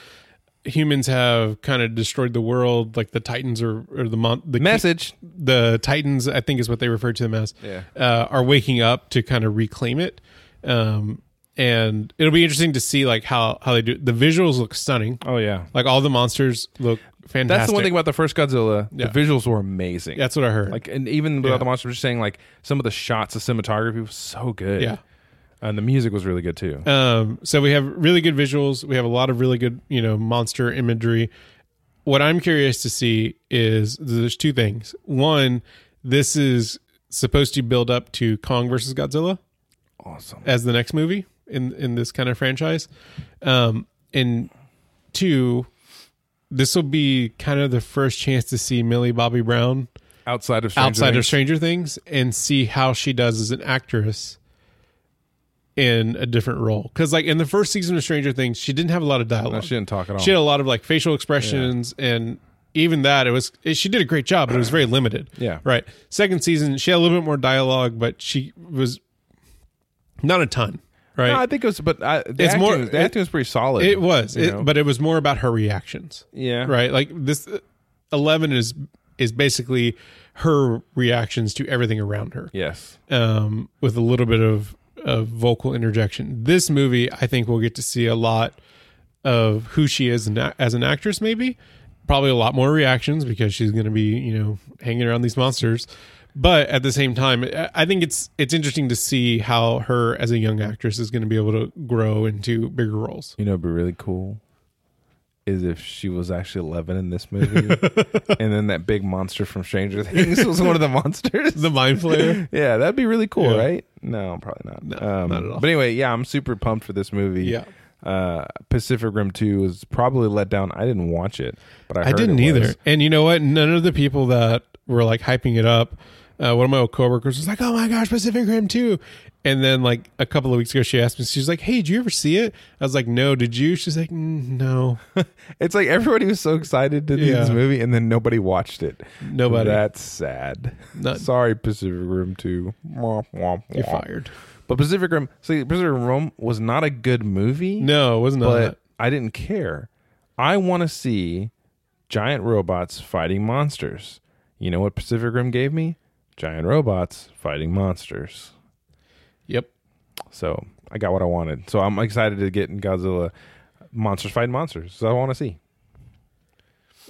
humans have kind of destroyed the world, like the Titans or or the mon- the message. the Titans, I think is what they refer to them as, Yeah. uh, are waking up to kind of reclaim it. Um, and it'll be interesting to see like how how they do. The visuals look stunning. Oh yeah, Like all the monsters look fantastic. that's the one thing about the first Godzilla. Yeah. The visuals were amazing. That's what I heard. Like and even without Yeah. the monsters, just saying like some of the shots, the cinematography was so good. Yeah. and the music was really good too. Um, so we have really good visuals. We have a lot of really good, you know, monster imagery. What I'm curious to see is there's two things. One, this is supposed to build up to Kong versus Godzilla awesome. as the next movie in in this kind of franchise. Um, and two, this will be kind of the first chance to see Millie Bobby Brown Outside of Stranger outside of Things. Stranger Things and see how she does as an actress in a different role. Because like in the first season of Stranger Things, she didn't have a lot of No, dialogue. she she, didn't talk at all. had a lot of like facial expressions and even that it was it, she did a great job, but it was very limited. Yeah. Right. Second season, she had a little bit more dialogue, but she was not a ton. right? No, I think it was, but I, the It's acting, more- was- the it- acting was pretty solid. it was, you it- know? but it was more about her reactions, yeah, right? Like this, uh, eleven is is basically her reactions to everything around her, Yes, um, with a little bit of of vocal interjection. This movie, I think, we'll get to see a lot of who she is an a- as an actress, maybe. Probably a lot more reactions because she's going to be, you know, hanging around these monsters. But at the same time, I- I think it's it's interesting to see how her as a young actress is going to be able to grow into bigger roles. you know, it'd be really cool is if she was actually eleven in this movie, and then that big monster from Stranger Things was one of the monsters. The mind flayer, yeah, that'd be really cool, Yeah. right? No, probably not. Um, No, not at all. But anyway, yeah, I'm super pumped for this movie. yeah. uh, Pacific Rim Two was probably let down. I didn't watch it, but I, I heard didn't it either. was. And you know what? None of the people that were like hyping it up. Uh, one of my old coworkers was like, "Oh my gosh, Pacific Rim 2. And then like a couple of weeks ago, she asked me. She's like, "Hey, did you ever see it?" I was like, "No, did you?" She's like, "Mm, "No, It's like everybody was so excited to do Yeah. this movie, and then nobody watched it. nobody. That's sad. Not- Sorry, Pacific Rim Two. Womp, womp, You're womp. fired." But Pacific Rim, see, Pacific Rim was not a good movie. No, it was not. but I didn't care. I want to see giant robots fighting monsters. You know what Pacific Rim gave me? Giant robots fighting monsters. yep. So I got what I wanted. So I'm excited to get in Godzilla monsters fighting monsters. So I want to see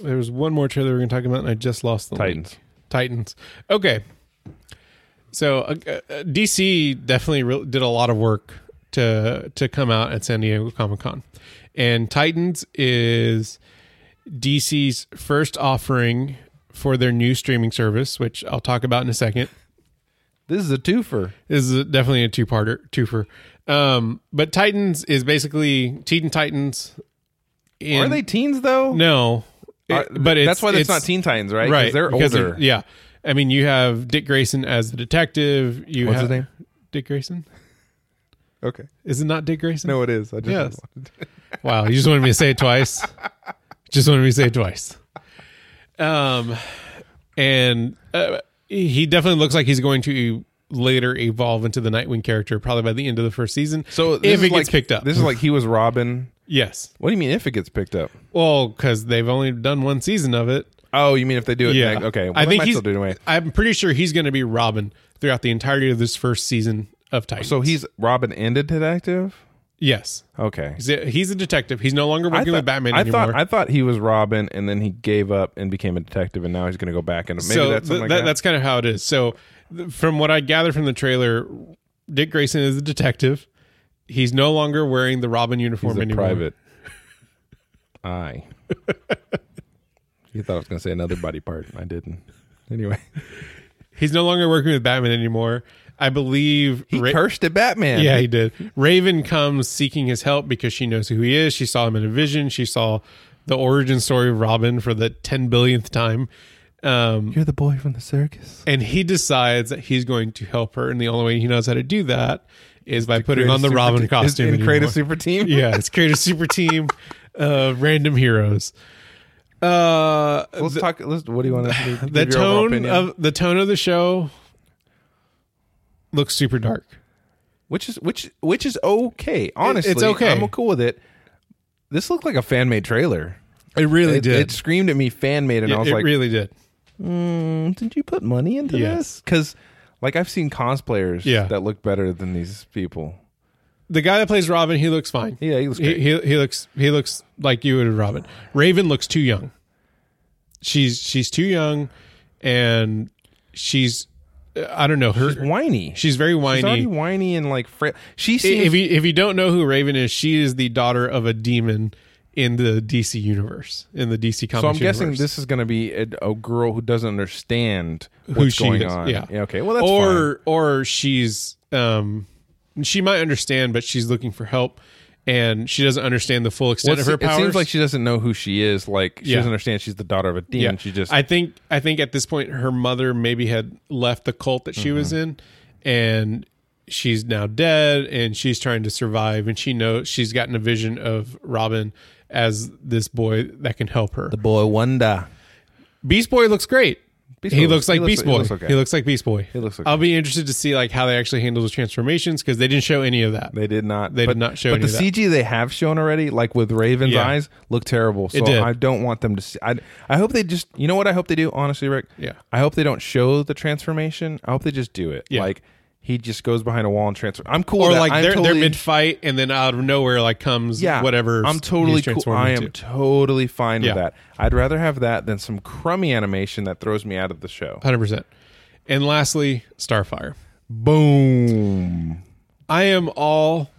There was one more trailer we are going to talk about, and I just lost the link. Titans. Titans. Okay. So uh, uh, DC definitely re- did a lot of work to to come out at San Diego Comic Con, and Titans is DC's first offering for their new streaming service, which I'll talk about in a second. This is a twofer. This is definitely a two parter, twofer. Um, but Titans is basically Teen Titans. In, Are they teens though? No, Are- It- but it's, that's why that's it's- not Teen Titans, right? 'Cause right? They're because older. of- yeah, I mean, you have Dick Grayson as the detective. You What's have his name? Dick Grayson. Okay. Is it not Dick Grayson? No, it is. I just Yes. Wow, you just wanted me to say it twice. just wanted me to say it twice. Um, and uh, he definitely looks like he's going to later evolve into the Nightwing character, probably by the end of the first season. So this if is it like, gets picked up, this is like he was Robin. yes, What do you mean if it gets picked up? well, because they've only done one season of it. Oh, you mean if they do it? Yeah. next- Okay. Well, I they think might he's. still do it anyway. I'm pretty sure he's going to be Robin throughout the entirety of this first season of Titans. So he's Robin and a detective. yes, Okay. he's a, he's a detective. He's no longer working with Batman I anymore. thought I thought he was Robin, and then he gave up and became a detective, and now he's going to go back and maybe so that's th- something like that- that. that's kind of how it is. So th- from what I gather from the trailer, Dick Grayson is a detective. He's no longer wearing the Robin uniform He's a anymore. private eye. you thought I was going to say another body part. I didn't. Anyway, He's no longer working with Batman anymore. I believe he Ra- cursed at Batman. Yeah, he did. Raven comes seeking his help because she knows who he is. She saw him in a vision. She saw the origin story of Robin for the 10 billionth time. Um, you're the boy from the circus. and he decides that he's going to help her. And the only way he knows how to do that is by putting on the Create a Robin super te- costume and create a anymore. super team. yeah, it's create a super team of random heroes. Uh, Let's talk. Let's, what do you want to? the tone of the tone of the show looks super dark. which is which which is okay. Honestly, okay. I'm cool with it. This looked like a fan made trailer. It really It, it screamed at me fan made, and I was it like, really did. mm, did you put money into Yes. this? Because like I've seen cosplayers Yeah. that look better than these people. the guy that plays Robin, he looks fine. Yeah, he looks He, great. he, he looks he looks like you would have Robin. Raven looks too young. She's she's too young, and she's I don't know her. She's whiny. She's very She's whiny. already whiny and like frail. She seems if you if you don't know who Raven is, she is the daughter of a demon in the DC universe in the DC comics. so. I'm guessing universe. this is going to be a, a girl who doesn't understand what's she going is, on. yeah. Okay. Well, that's fine. or or she's um she might understand, but she's looking for help, and she doesn't understand the full extent Well, of her it powers. seems like she doesn't know who she is. Like she Yeah. doesn't understand she's the daughter of a demon. She just I think I think at this point her mother maybe had left the cult that she was Mm-hmm. in and she's now dead and she's trying to survive and she knows she's gotten a vision of Robin as this boy that can help her. boy wonder. Beast Boy looks great. Beast He Boy looks like Beast Boy. He He looks looks, okay. like Beast Boy. He looks okay. I'll be interested to see like how they actually handle those transformations because they didn't show any of that. They did not. They but, did not show But any the of that. CG they have shown already, like with Raven's Yeah. eyes, look terrible. So It did. I don't want them to see. I, I hope they just. You know what I hope they do? Honestly, Rick. Yeah. I hope they don't show the transformation. I hope they just do it. Yeah. Like he just goes behind a wall and transfer. I'm cool. Or with that. like I'm they're, totally- they're mid fight and then out of nowhere like comes yeah, whatever. I'm he's totally cool. transformed I am into. totally fine Yeah. with that. I'd rather have that than some crummy animation that throws me out of the show. hundred percent. And lastly, Starfire. Boom. I am all.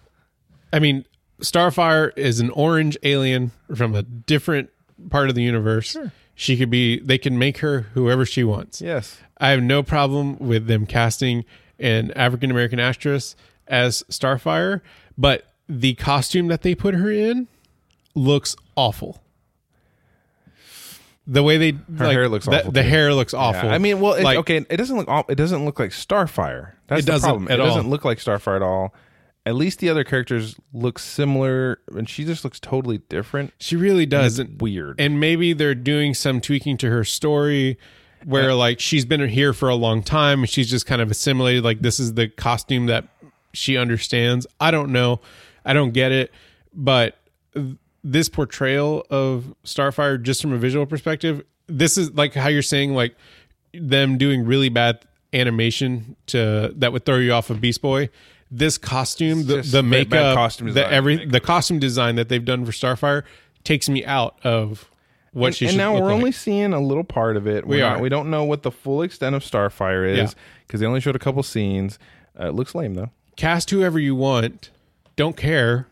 I mean, Starfire is an orange alien from a different part of the universe. She could be. They can make her whoever she wants. Yes. I have no problem with them casting an African American actress as Starfire, but the costume that they put her in looks awful. The way they her hair looks the, awful, The too. hair looks awful. I mean, well, it, Like, okay, it doesn't look all- it doesn't look like Starfire. That's It the doesn't problem. at it doesn't all. look like Starfire at all. At least the other characters look similar, and she just looks totally different. she really doesn't. Weird. and maybe they're doing some tweaking to her story where like she's been here for a long time and she's just kind of assimilated like this is the costume that she understands i don't know i don't get it but th- this portrayal of starfire just from a visual perspective this is like how you're saying like them doing really bad animation to that would throw you off of beast boy this costume the, Just the bad- bad makeup costume the design. every the costume design that they've done for Starfire takes me out of what she and should now look we're like. only seeing a little part of it. We're We not- are. we don't know what the full extent of Starfire Yeah. is because they only showed a couple scenes. Uh, it looks lame though. cast whoever you want, don't care,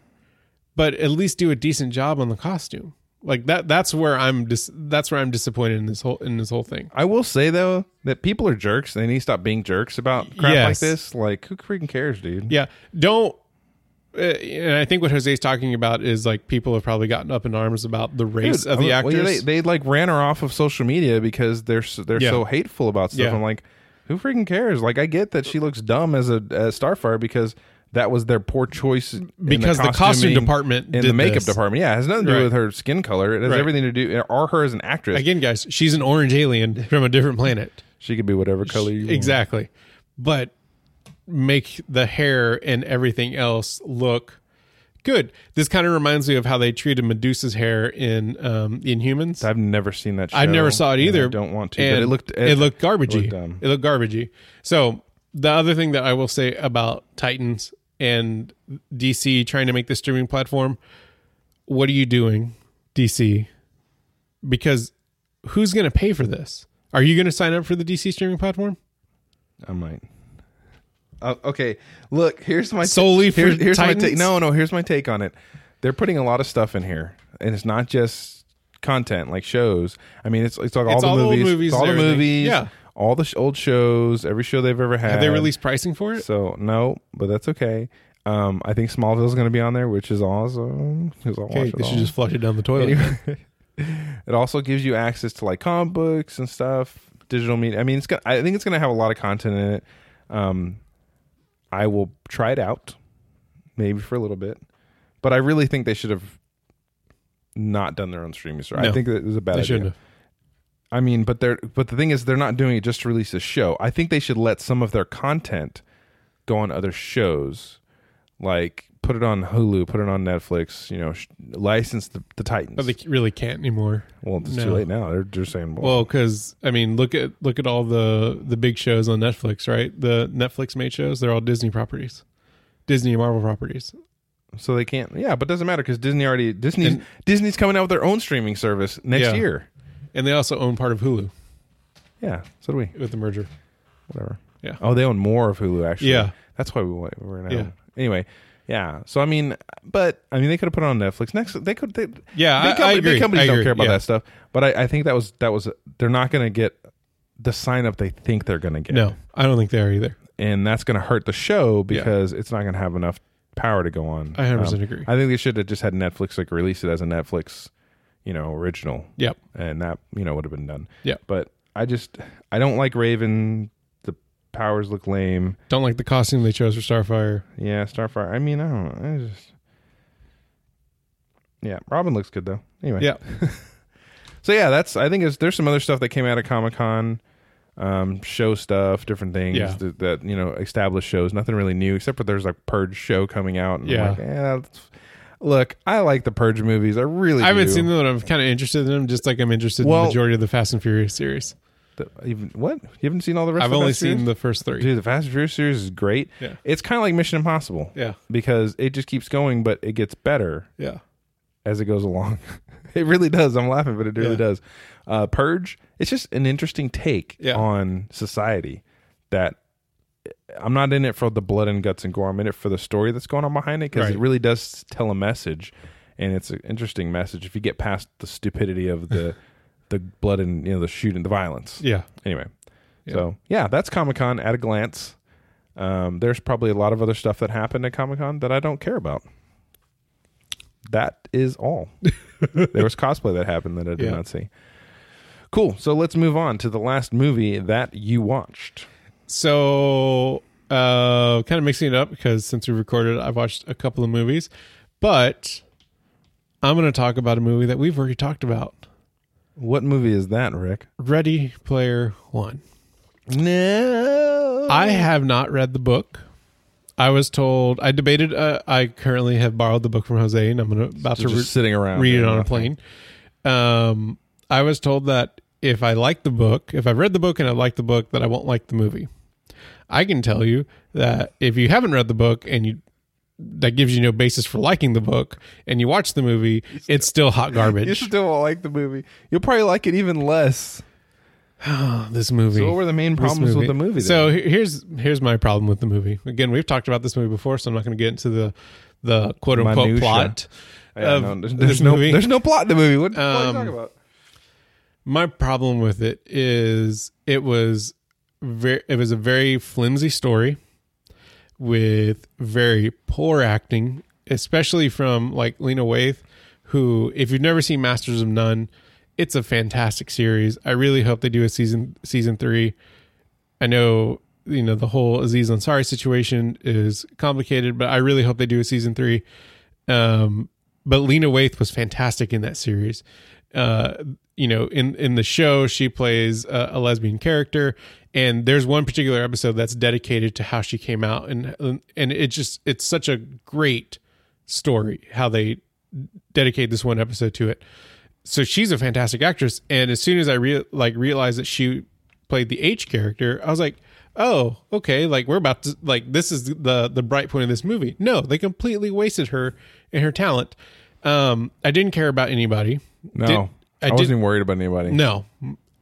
but at least do a decent job on the costume. Like that that's where I'm dis- that's where I'm disappointed in this whole in this whole thing. I will say though that people are jerks. They need to stop being jerks about crap like Yes. this. Like who freaking cares, dude? Yeah, don't uh, and I think what Jose's talking about is like people have probably gotten up in arms about the race Dude, of the I'm- well, actors. yeah, they, they like ran her off of social media because they're so, they're Yeah. so hateful about stuff. Yeah. I'm like, who freaking cares? Like, I get that she looks dumb as a as Starfire because that was their poor choice in Because the costume costuming department and the did makeup this. department. Yeah, it has nothing to do Right. with her skin color. It has Right. everything to do or her as an actress. Again, guys, she's an orange alien from a different planet. she could be whatever color you want. Exactly. But make the hair and everything else look good. This kind of reminds me of how they treated Medusa's hair in um Inhumans. I've never seen that. show. I never saw it and either. I don't want to. and but it looked it, looked garbagey. looked um, It dumb. looked, garbagey. So the other thing that I will say about Titans and DC trying to make the streaming platform, what are you doing, DC? Because who's going to pay for this? Are you going to sign up for the DC streaming platform? I might. Uh, okay, look. Here's my Solely for here's, here's my Titans? take. No, no. Here's my take on it. They're putting a lot of stuff in here, and it's not just content like shows. I mean, it's it's like all, It's the, all the old movies, movies it's all the and everything. movies, Yeah. all the sh- old shows, every show they've ever had. Have they released pricing for it? So no, but that's okay. Um, I think Smallville's going to be on there, which is awesome. 'cause I'll watch Okay, it they should all. just flush it down the toilet. Anyway, it also gives you access to like comic books and stuff, digital media. I mean, it's gonna, I think it's going to have a lot of content in it. Um, I will try it out, maybe for a little bit, but I really think they should have not done their own streaming. service. I No, think that was a bad they idea. shouldn't have. I mean, but they're but the thing is, they're not doing it just to release a show. I think they should let some of their content go on other shows, like put it on Hulu, put it on Netflix. You know, sh- license the, the Titans. But they really can't anymore. Well, it's too No. late now. They're just saying, well, Well, because I mean, look at look at all the the big shows on Netflix, right? The Netflix made shows, they're all Disney properties, Disney and Marvel properties. so they can't. Yeah, but it doesn't matter because Disney already Disney And- Disney's coming out with their own streaming service next Yeah. year. And they also own part of Hulu Yeah, so do we. with the merger. Whatever. Yeah. Oh, they own more of Hulu actually. Yeah. That's why we went. We're gonna Yeah. own- Anyway. Yeah. So I mean, but I mean, they could have put it on Netflix next. They could. They, Yeah, I- Big, I company- big agree. companies I don't agree. care about Yeah. that stuff. But I, I think that was that was. They're not going to get the sign up they think they're going to get. No, I don't think they are either. and that's going to hurt the show because it's not going to have enough power to go on. I 100% agree. I think they should have just had Netflix like release it as a Netflix, you know, original, Yep. and that you know would have been done. Yeah. But I just I don't like Raven. The powers look lame. Don't like the costume they chose for Starfire. Yeah, Starfire. I mean, I don't. know. I just yeah, Robin looks good though. Anyway, Yeah. So yeah, that's I think it's, there's some other stuff that came out of Comic Con. um, show stuff, different things Yeah. that, that you know established shows. Nothing really new except for there's a Purge show coming out. And I'm Yeah. like, eh, that's- look, I like the Purge movies. I really. I haven't do. seen them, but I'm kind of interested in them, just like I'm interested in Well- the majority of the Fast and Furious series. The, even, what you haven't seen all the rest. I've of the only Fast and seen the first Furious? three. Dude, the Fast and Furious series is great. Yeah. It's kind of like Mission Impossible Yeah, because it just keeps going, but it gets better yeah, as it goes along. it really does. I'm laughing, but it really Yeah. does. Uh, Purge. It's just an interesting take Yeah. on society that I'm not in it for the blood and guts and gore. I'm in it for the story that's going on behind it because it Right. really does tell a message, and it's an interesting message if you get past the stupidity of the the blood and you know the shooting, the violence. yeah. Anyway, Yeah. so yeah, that's Comic Con at a glance. Um, there's probably a lot of other stuff that happened at Comic Con that I don't care about. That is all. there was cosplay that happened that I did Yeah. not see. Cool. So let's move on to the last movie that you watched. So, uh, kind of mixing it up because since we recorded, I've watched a couple of movies, but I'm going to talk about a movie that we've already talked about What movie is that, Rick? Ready Player One. No. I have not read the book. I was told, I debated, uh, I currently have borrowed the book from Jose and I'm gonna, about so to just re- sitting around. read it doing on a nothing. plane. Um, I was told that if I like the book, if I've read the book and I like the book, that I won't like the movie. I can tell you that if you haven't read the book and you that gives you no basis for liking the book and you watch the movie, it's still hot You garbage. still won't like the movie. You'll probably like it even less. Oh, this movie. So what were the main This problems with the movie? then? So he- here's here's my problem with the movie. Again, we've talked about this movie before, so I'm not going to get into the the quote unquote Minutia. plot. Yeah, of no, there's, this there's no movie. there's no plot in the movie. What the fuck are you Um, talking about? my problem with it is it was very it was a very flimsy story with very poor acting especially from like lena waithe who if you've never seen masters of none it's a fantastic series i really hope they do a season season three i know you know the whole aziz ansari situation is complicated but i really hope they do a season three um, but Lena Waithe was fantastic in that series. Uh, you know, in in the show, she plays a, a lesbian character, and there's one particular episode that's dedicated to how she came out, and and it just it's such a great story how they dedicate this one episode to it. So she's a fantastic actress, and as soon as I re- like realized that she played the H character, I was like, "Oh, okay, like we're about to like this is the the bright point of this movie." No, they completely wasted her and her talent. Um, I didn't care about anybody. No, Did- I, I wasn't did- even worried about anybody. No,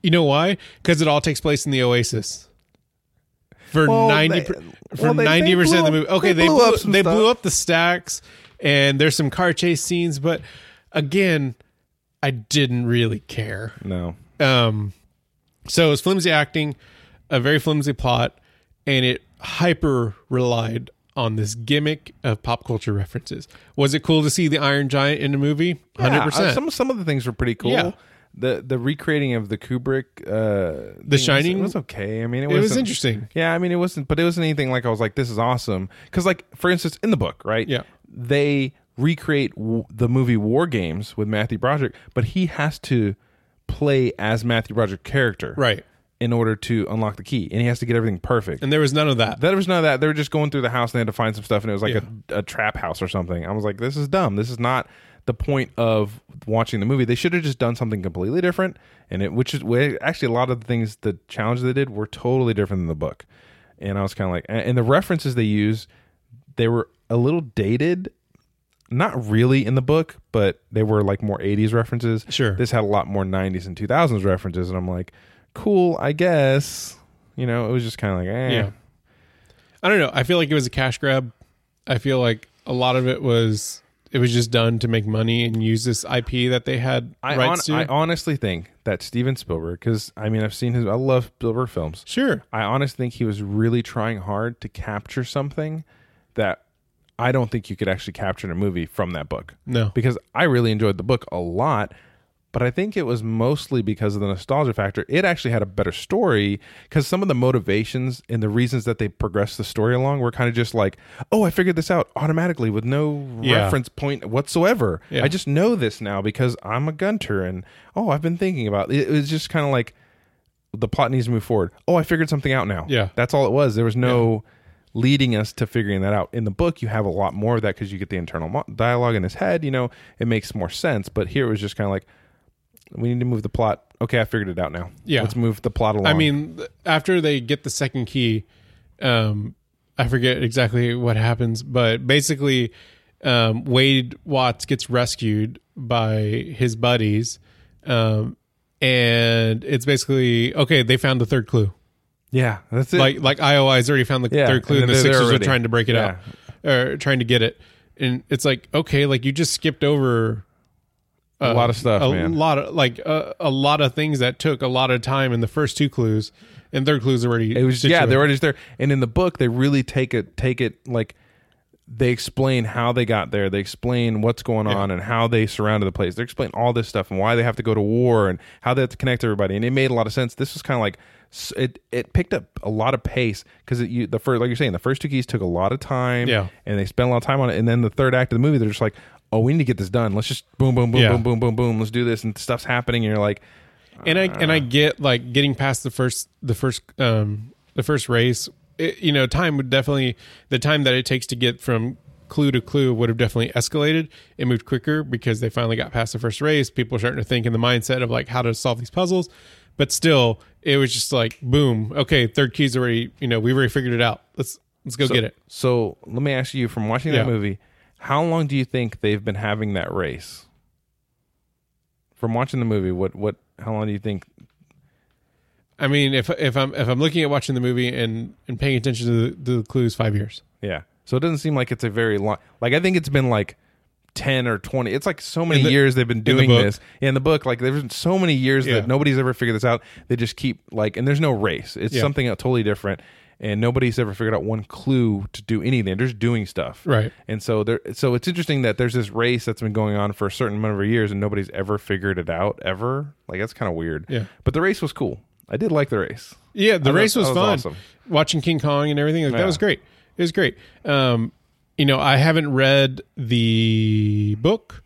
you know why? Because it all takes place in the Oasis. For Well, ninety, they- for well, they- they ninety percent of the blew- movie. Okay, they they blew blew, up some they stuff. blew up the stacks, and there's some car chase scenes, but again, I didn't really care. no. Um, so it was flimsy acting, a very flimsy plot, and it hyper relied on this gimmick of pop culture references. Was it cool to see the Iron Giant in a movie? Hundred Yeah, uh, percent. Some some of the things were pretty cool. Yeah. The the recreating of the Kubrick, uh, thing was- Shining? it was okay. I mean, it, It was wasn't- interesting. Yeah, I mean, it wasn't, but it wasn't anything like I was like, this is awesome. Because like for instance, in the book, right? Yeah. they recreate w- the movie War Games with Matthew Broderick, but he has to play as Matthew Broderick character, Right. In order to unlock the key, and he has to get everything perfect. And there was none of that. There was none of that. They were just going through the house and they had to find some stuff, and it was like a, a trap house or something. I was like, this is dumb. This is not the point of watching the movie. They should have just done something completely different, and it which is wh- actually a lot of the things the challenges they did were totally different than the book. And I was kind of like, and and the references they use, they were a little dated. Not really in the book, but they were like more 80s references. Sure. This had a lot more 90s and 2000s references. And I'm like, cool, I guess. You know, it was just kind of like, eh. Yeah. I don't know. I feel like it was a cash grab. I feel like a lot of it was it was just done to make money and use this IP that they had I, hon- rights I to. honestly think that Steven Spielberg, because I mean, I've seen his, I love Spielberg films. sure. I honestly think he was really trying hard to capture something that I don't think you could actually capture in a movie from that book. No. Because I really enjoyed the book a lot, but I think it was mostly because of the nostalgia factor. It actually had a better story because some of the motivations and the reasons that they progressed the story along were kind of just like, oh, I figured this out automatically with no Yeah. reference point whatsoever. Yeah. I just know this now because I'm a gunter and oh, I've been thinking about it. It was just kind of like, the plot needs to move forward. Oh, I figured something out now. Yeah. That's all it was. There was no leading us to figuring that out. In the book, you have a lot more of that because you get the internal mo- dialogue in his head. You know, it makes more sense. But here it was just kind of like, we need to move the plot. Okay, I figured it out now. Yeah. Let's move the plot along. I mean, th- after they get the second key, um, I forget exactly what happens, but basically, um, Wade Watts gets rescued by his buddies, um, and it's basically okay. They found the third clue. yeah, that's it. Like like IOI's already found the Yeah, third clue, and and the they're there Sixers are already. trying to break it Yeah. out or trying to get it. And it's like okay, like you just skipped over a lot of stuff, uh, a man. lot of like uh, a lot of things that took a lot of time in the first two clues, and third clues already. It was yeah, situated. they're already just there. And in the book, they really take it take it like they explain how they got there. They explain what's going on and how they surrounded the place. They explain all this stuff and why they have to go to war and how they have to connect everybody. And it made a lot of sense. This was kind of like s- it it picked up a lot of pace because you the first like you're saying the first two keys took a lot of time. Yeah. and they spent a lot of time on it. And then the third act of the movie, they're just like, oh, we need to get this done. Let's just boom, boom, boom, Yeah. boom, boom, boom, boom. Let's do this. And stuff's happening. And you're like, and I and I get like getting past the first the first um the first race. It, you know, time would definitely the time that it takes to get from clue to clue would have definitely escalated. It moved quicker because they finally got past the first race. People were starting to think in the mindset of like how to solve these puzzles. But still, it was just like boom. Okay, third key's already. You know, we've already figured it out. Let's let's go get it. So let me ask you from watching that Yeah. movie, how long do you think they've been having that race? From watching the movie, what what how long do you think I mean, if if I'm if I'm looking at watching the movie and and paying attention to the, to the clues, five years. yeah. So it doesn't seem like it's a very long like I think it's been like ten or twenty. It's like so many the- years they've been the doing book. this. Yeah, in the book, like there's been so many years Yeah. that nobody's ever figured this out. They just keep like and there's no race. It's Yeah. something totally different. And nobody's ever figured out one clue to do anything. They're just doing stuff. Right. And so there, so it's interesting that there's this race that's been going on for a certain number of years, and nobody's ever figured it out ever. Like that's kind of weird. Yeah. But the race was cool. I did like the race. Yeah, the I race thought was, that fun. was awesome. Watching King Kong and everything like Yeah. that was great. It was great. Um, you know, I haven't read the book,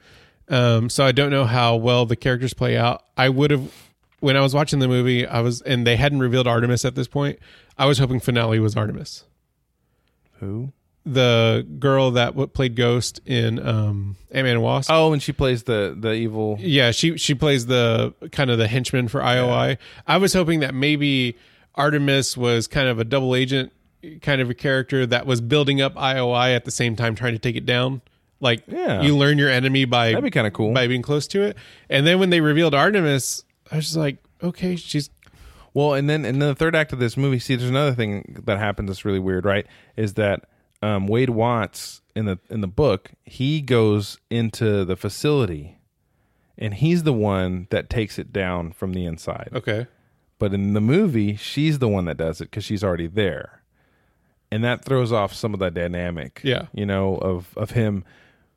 um, so I don't know how well the characters play out. I would have when I was watching the movie. I was and they hadn't revealed Artemis at this point. I was hoping finale was Artemis, Who? the girl that w- played Ghost in um, Ant Man and Wasp. Oh, and she plays the the evil. Yeah, she she plays the kind of the henchman for IOI. I was hoping that maybe Artemis was kind of a double agent kind of a character that was building up IOI at the same time trying to take it down. Like Yeah. you learn your enemy by That'd be kind of cool. by being close to it. And then when they revealed Artemis, I was just like, okay, she's Well, and then and then the third act of this movie. See, there's another thing that happens that's really weird, right? Is that um, Wade Watts in the in the book he goes into the facility, and he's the one that takes it down from the inside. okay. But in the movie, she's the one that does it because she's already there, and that throws off some of the dynamic. Yeah. you know of of him.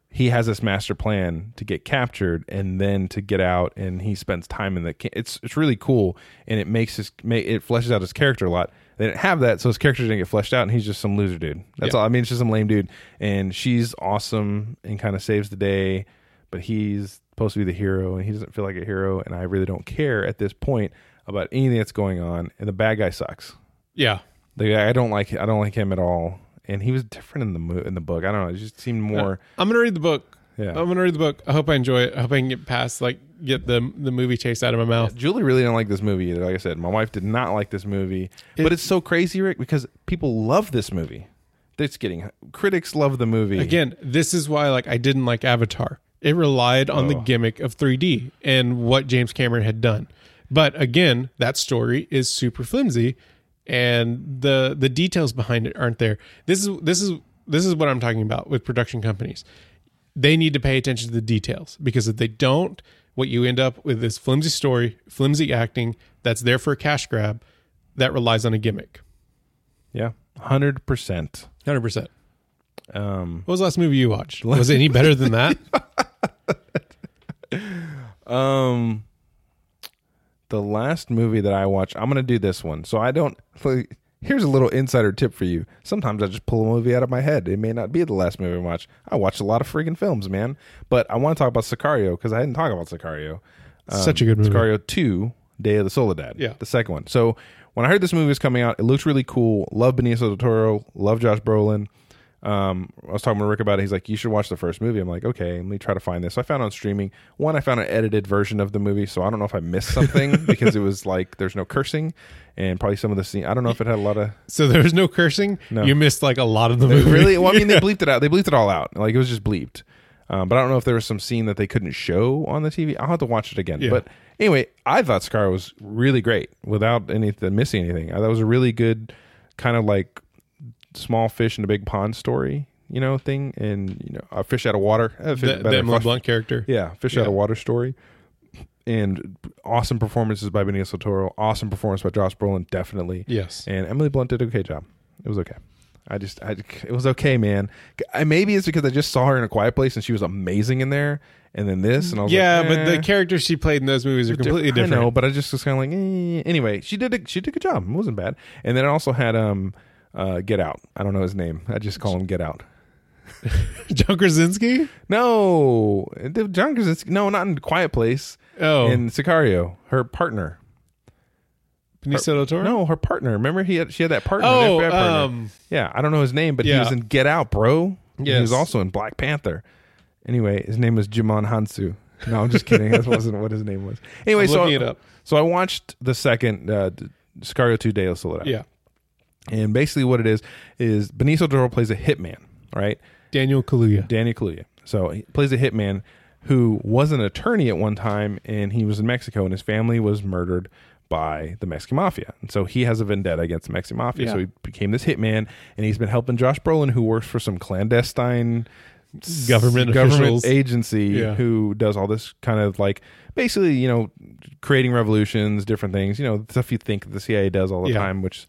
He has this master plan to get captured and then to get out, and he spends time in the. ca- It's it's really cool, and it makes his ma- it fleshes out his character a lot. They didn't have that, so his character didn't get fleshed out, and he's just some loser dude. That's all. I mean, it's just some lame dude, and she's awesome and kind of saves the day, but he's supposed to be the hero, and he doesn't feel like a hero, and I really don't care at this point about anything that's going on, and the bad guy sucks. Yeah. The guy, I don't like I don't like him at all, and he was different in the mo- in the book. I don't know. It just seemed more. I'm gonna read the book. Yeah. I'm gonna read the book. I hope I enjoy it. I hope I can get past like get the the movie chase out of my mouth. Julie really didn't like this movie either. Like I said, my wife did not like this movie, but it's so crazy, Rick, because people love this movie. It's getting critics love the movie. again this is why like i didn't like avatar it relied on the Oh. gimmick of 3d and what james cameron had done but again that story is super flimsy and the the details behind it aren't there this is this is this is what i'm talking about with production companies they need to pay attention to the details because if they don't what you end up with is flimsy story flimsy acting that's there for a cash grab that relies on a gimmick yeah, hundred percent. 100% Um, what was the last movie you watched was it any better than that um, the last movie that I watched, I'm gonna do this one. So I don't. Like, here's a little insider tip for you. Sometimes I just pull a movie out of my head. It may not be the last movie I watch. I watch a lot of freaking films, man. But I want to talk about Sicario because I didn't talk about Sicario. such a good movie Sicario 2 Day of the Soledad. Yeah. The second one. So when I heard this movie was coming out, it looked really cool. Love Benicio del Toro. Love Josh Brolin. Um, I was talking to Rick about it. He's like, you should watch the first movie. I'm like, okay, let me try to find this. So I found it on streaming. One, I found an edited version of the movie, so I don't know if I missed something because it was like there's no cursing and probably some of the scene. I don't know if it had a lot of So there was no cursing. No. You missed like a lot of the movie. really. Well, I mean, they bleeped it out. They bleeped it all out. Like it was just bleeped. Um, but I don't know if there was some scene that they couldn't show on the TV. I'll have to watch it again. Yeah. But anyway, I thought Scar was really great without anything missing anything. I thought it was a really good kind of like small fish in a big pond story, you know, thing. And you know, a fish out of water. A fish- that, better that Emily flush- Blunt character. yeah, fish out Yeah. of water story. And awesome performances by Benicio del Toro. Awesome performance by Josh Brolin. Definitely. Yes. And Emily Blunt did a okay job. It was okay. I just, I, it was okay, man. I, maybe it's because I just saw her in a quiet place and she was amazing in there. And then this, and I was Yeah, like, but eh, the characters she played in those movies are completely diff- different. I know, but I just was kind of like, eh. anyway, she did, a, she did a good job. It wasn't bad. And then I also had, um, uh, Get Out. I don't know his name. I just call him Get Out. John Krasinski. No, John Krasinski. No, not in Quiet Place. Oh, In Sicario, her partner. Benicio del Toro. No, her partner. Remember, he had, she had that partner. Oh, that partner. um, yeah. I don't know his name, but he yeah. was in Get Out, bro. And He Yes. was also in Black Panther. Anyway, his name was Jimon Hansu. No, I'm just kidding. that wasn't what his name was. Anyway, I'm so looking it up. so I watched the second uh, D- Sicario 2 Day of Soledad. yeah, And basically, what it is is Benicio del Toro plays a hitman, right? Daniel Kaluuya. Danny Kaluuya. So he plays a hitman who was an attorney at one time, and he was in Mexico, and his family was murdered by the Mexican mafia. And so he has a vendetta against the Mexican mafia. Yeah. So he became this hitman, and he's been helping Josh Brolin, who works for some clandestine s- Government officials. agency Yeah. who does all this kind of like basically, you know, creating revolutions, different things, you know, stuff you think the CIA does all the Yeah. time, which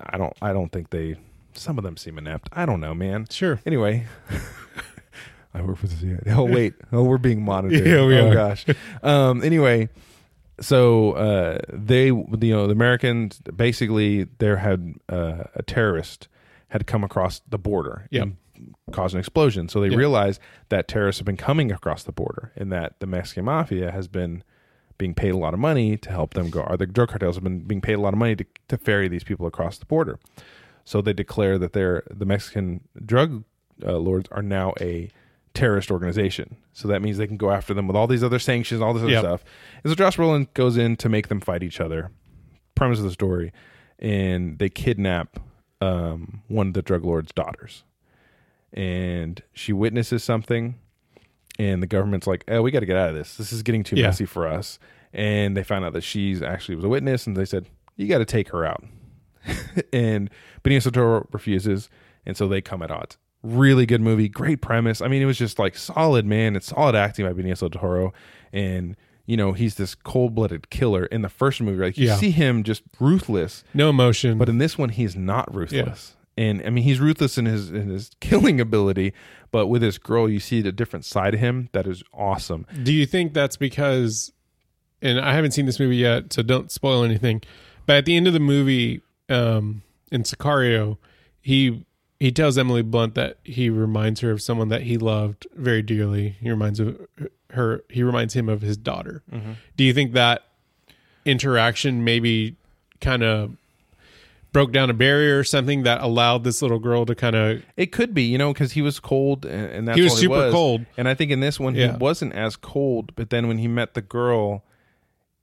I don't I don't think they some of them seem inept. I don't know, man. Sure. Anyway, I work for the CIA. Oh wait, oh we're being monitored. Yeah, we oh are. gosh. Um, anyway, so uh, they, you know, the Americans basically there had uh, a terrorist had come across the border Yep. and caused an explosion. So they Yep. realized that terrorists have been coming across the border and that the Mexican mafia has been being paid a lot of money to help them go, or the drug cartels have been being paid a lot of money to, to ferry these people across the border. So they declare that they're the Mexican drug uh, lords are now a terrorist organization. So that means they can go after them with all these other sanctions, all this other Yep. stuff. And so Josh Brolin goes in to make them fight each other. Premise of the story, and they kidnap um, one of the drug lord's daughters, and she witnesses something, and the government's like, "Oh, we got to get out of this. This is getting too Yeah. messy for us." And they find out that she's actually was a witness, and they said, "You got to take her out." and Benicio del Toro refuses, and so they come at odds. Really good movie, great premise. I mean, it was just like solid, man. It's solid acting by Benicio del Toro, and you know he's this cold-blooded killer in the first movie. Like you Yeah. see him just ruthless, No emotion. but in this one he's not ruthless. And I mean, he's ruthless in his in his killing ability, but with this girl, you see a different side of him that is awesome. Do you think that's because, and I haven't seen this movie yet, so don't spoil anything. But at the end of the movie, um, in Sicario, he he tells Emily Blunt that he reminds her of someone that he loved very dearly. He reminds of her. He reminds him of his daughter. Do you think that interaction maybe kind of broke down a barrier or something that allowed this little girl to kind of It could be, you know, because he was cold, and, and that's He was all super cold. And I think in this one Yeah. he wasn't as cold, but then when he met the girl,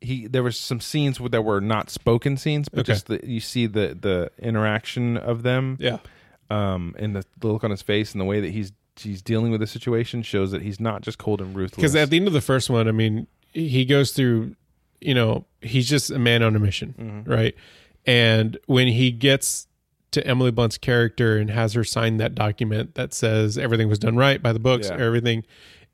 he there was some scenes that were not spoken scenes, but Okay. just the, you see the the interaction of them, yeah um, and the, the look on his face and the way that he's he's dealing with the situation shows that he's not just cold and ruthless. Because at the end of the first one, I mean, he goes through, you know, he's just a man on a mission, right? And when he gets to Emily Blunt's character and has her sign that document that says everything was done right by the books, Yeah. everything,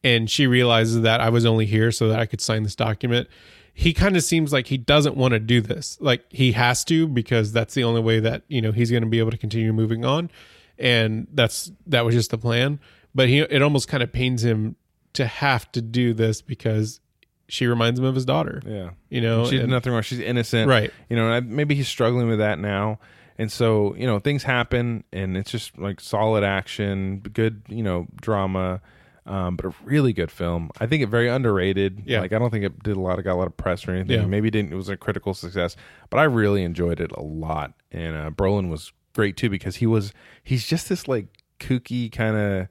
and she realizes that I was only here so that I could sign this document. He kind of seems like he doesn't want to do this. Like he has to because that's the only way that, you know, he's going to be able to continue moving on. And that's that was just the plan, but he it almost kind of pains him to have to do this because she reminds him of his daughter. yeah, You know, she did and- nothing wrong. She's innocent, Right. You know, and I, maybe he's struggling with that now. And so, you know, things happen, and it's just like solid action, good, you know, drama. Um, but a really good film. I think it very underrated. Yeah. Like I don't think it did a lot of got a lot of press or anything. Yeah. Maybe it didn't it was a critical success, but I really enjoyed it a lot. And uh, Brolin was great too because he was he's just this like kooky kind of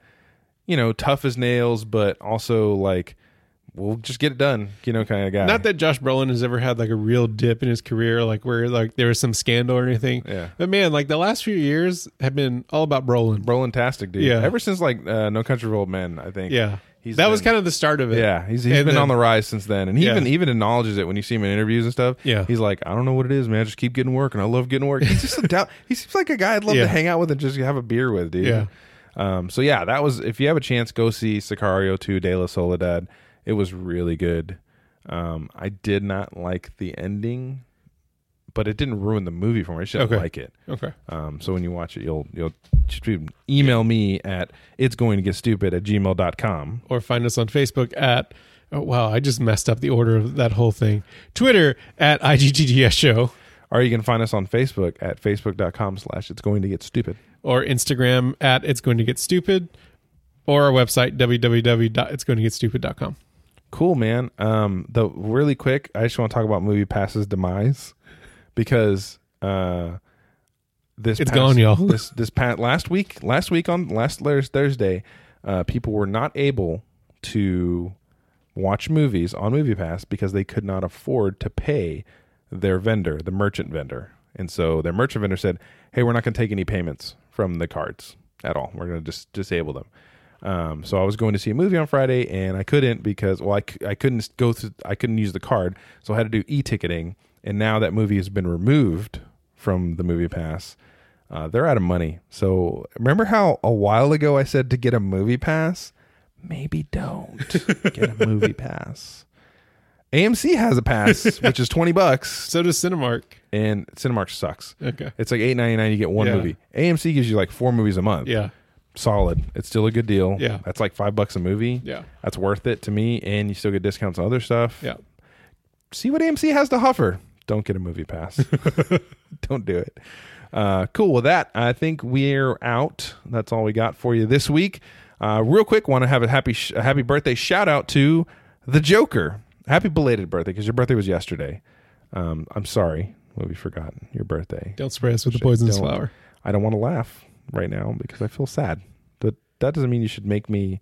you know tough as nails, but also like we'll just get it done, you know, kind of guy. Not that Josh Brolin has ever had like a real dip in his career, like where like there was some scandal or anything. Yeah. But man, like the last few years have been all about Brolin. Brolin tastic dude. Yeah. Ever since like uh, No Country for Old Men, I think. Yeah. He's that was been- kind of the start of it. Yeah, he's, he's And been then- on the rise since then, and he Yeah. even even acknowledges it when you see him in interviews and stuff. Yeah. he's like, I don't know what it is, man. I just keep getting work, and I love getting work. He's just a down. He seems like a guy I'd love Yeah. to hang out with and just have a beer with, dude. Yeah. Um. So yeah, that was if you have a chance, go see Sicario Two: De La Soledad. It was really good. Um, I did not like the ending, but it didn't ruin the movie for me. I just didn't Okay. like it. Okay. Um, so when you watch it, you'll you'll just email me at it's going to get stupid at gmail.com. Or find us on Facebook at oh wow, I just messed up the order of that whole thing. Twitter at IGTDS show Or you can find us on Facebook at facebook.com slash it's going to get stupid. or Instagram at it's going to get stupid or our website www.itsgoingtogetstupid.com. Cool, man. Um, though really quick, I just want to talk about movie passes demise because uh, this It's gone, y'all. This this past last week, last week on last Thurs- Thursday, uh, people were not able to watch movies on MoviePass because they could not afford to pay their vendor, the merchant vendor. And so their merchant vendor said, "Hey, we're not going to take any payments from the cards at all. We're going to just disable them." Um, so I was going to see a movie on Friday and I couldn't because well I, c- I couldn't go through I couldn't use the card, so I had to do e-ticketing. And now that movie has been removed from the Movie Pass. Uh, they're out of money. So remember how a while ago I said to get a movie pass? Maybe don't get a movie pass. AMC has a pass, which is twenty bucks, So does Cinemark. and Cinemark sucks. Okay. It's like eight ninety nine. You get one Yeah. movie. AMC gives you like four movies a month. Yeah. solid. It's still a good deal. Yeah. that's like five bucks a movie. Yeah. that's worth it to me, and you still get discounts on other stuff. Yeah. See what AMC has to offer. Don't get a movie pass. Don't do it. Uh, cool. Well, that I think we're out. That's all we got for you this week. Uh, real quick, want to have a happy sh- a happy birthday shout out to the Joker. Happy belated birthday because your birthday was yesterday. Um, I'm sorry, well, we forgot your birthday. Don't spray us with the poisonous Don't. flower. I don't want to laugh right now because I feel sad. But that doesn't mean you should make me.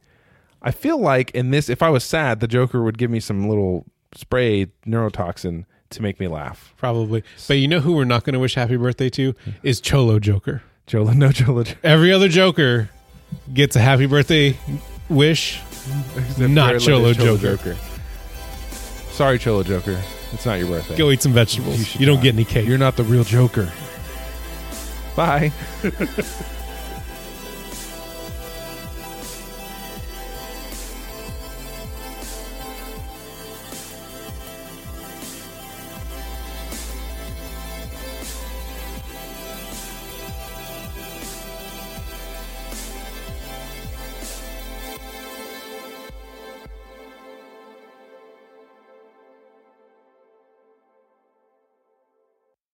I feel like in this, if I was sad, the Joker would give me some little spray neurotoxin to make me laugh. Probably. But you know who we're not going to wish happy birthday to is Cholo Joker. Jola, no Jola. Every other Joker gets a happy birthday wish. Not Cholo Joker. Sorry, Cholo Joker. It's not your birthday. Go eat some vegetables. should You don't not. get any cake. You're not the real Joker. Bye.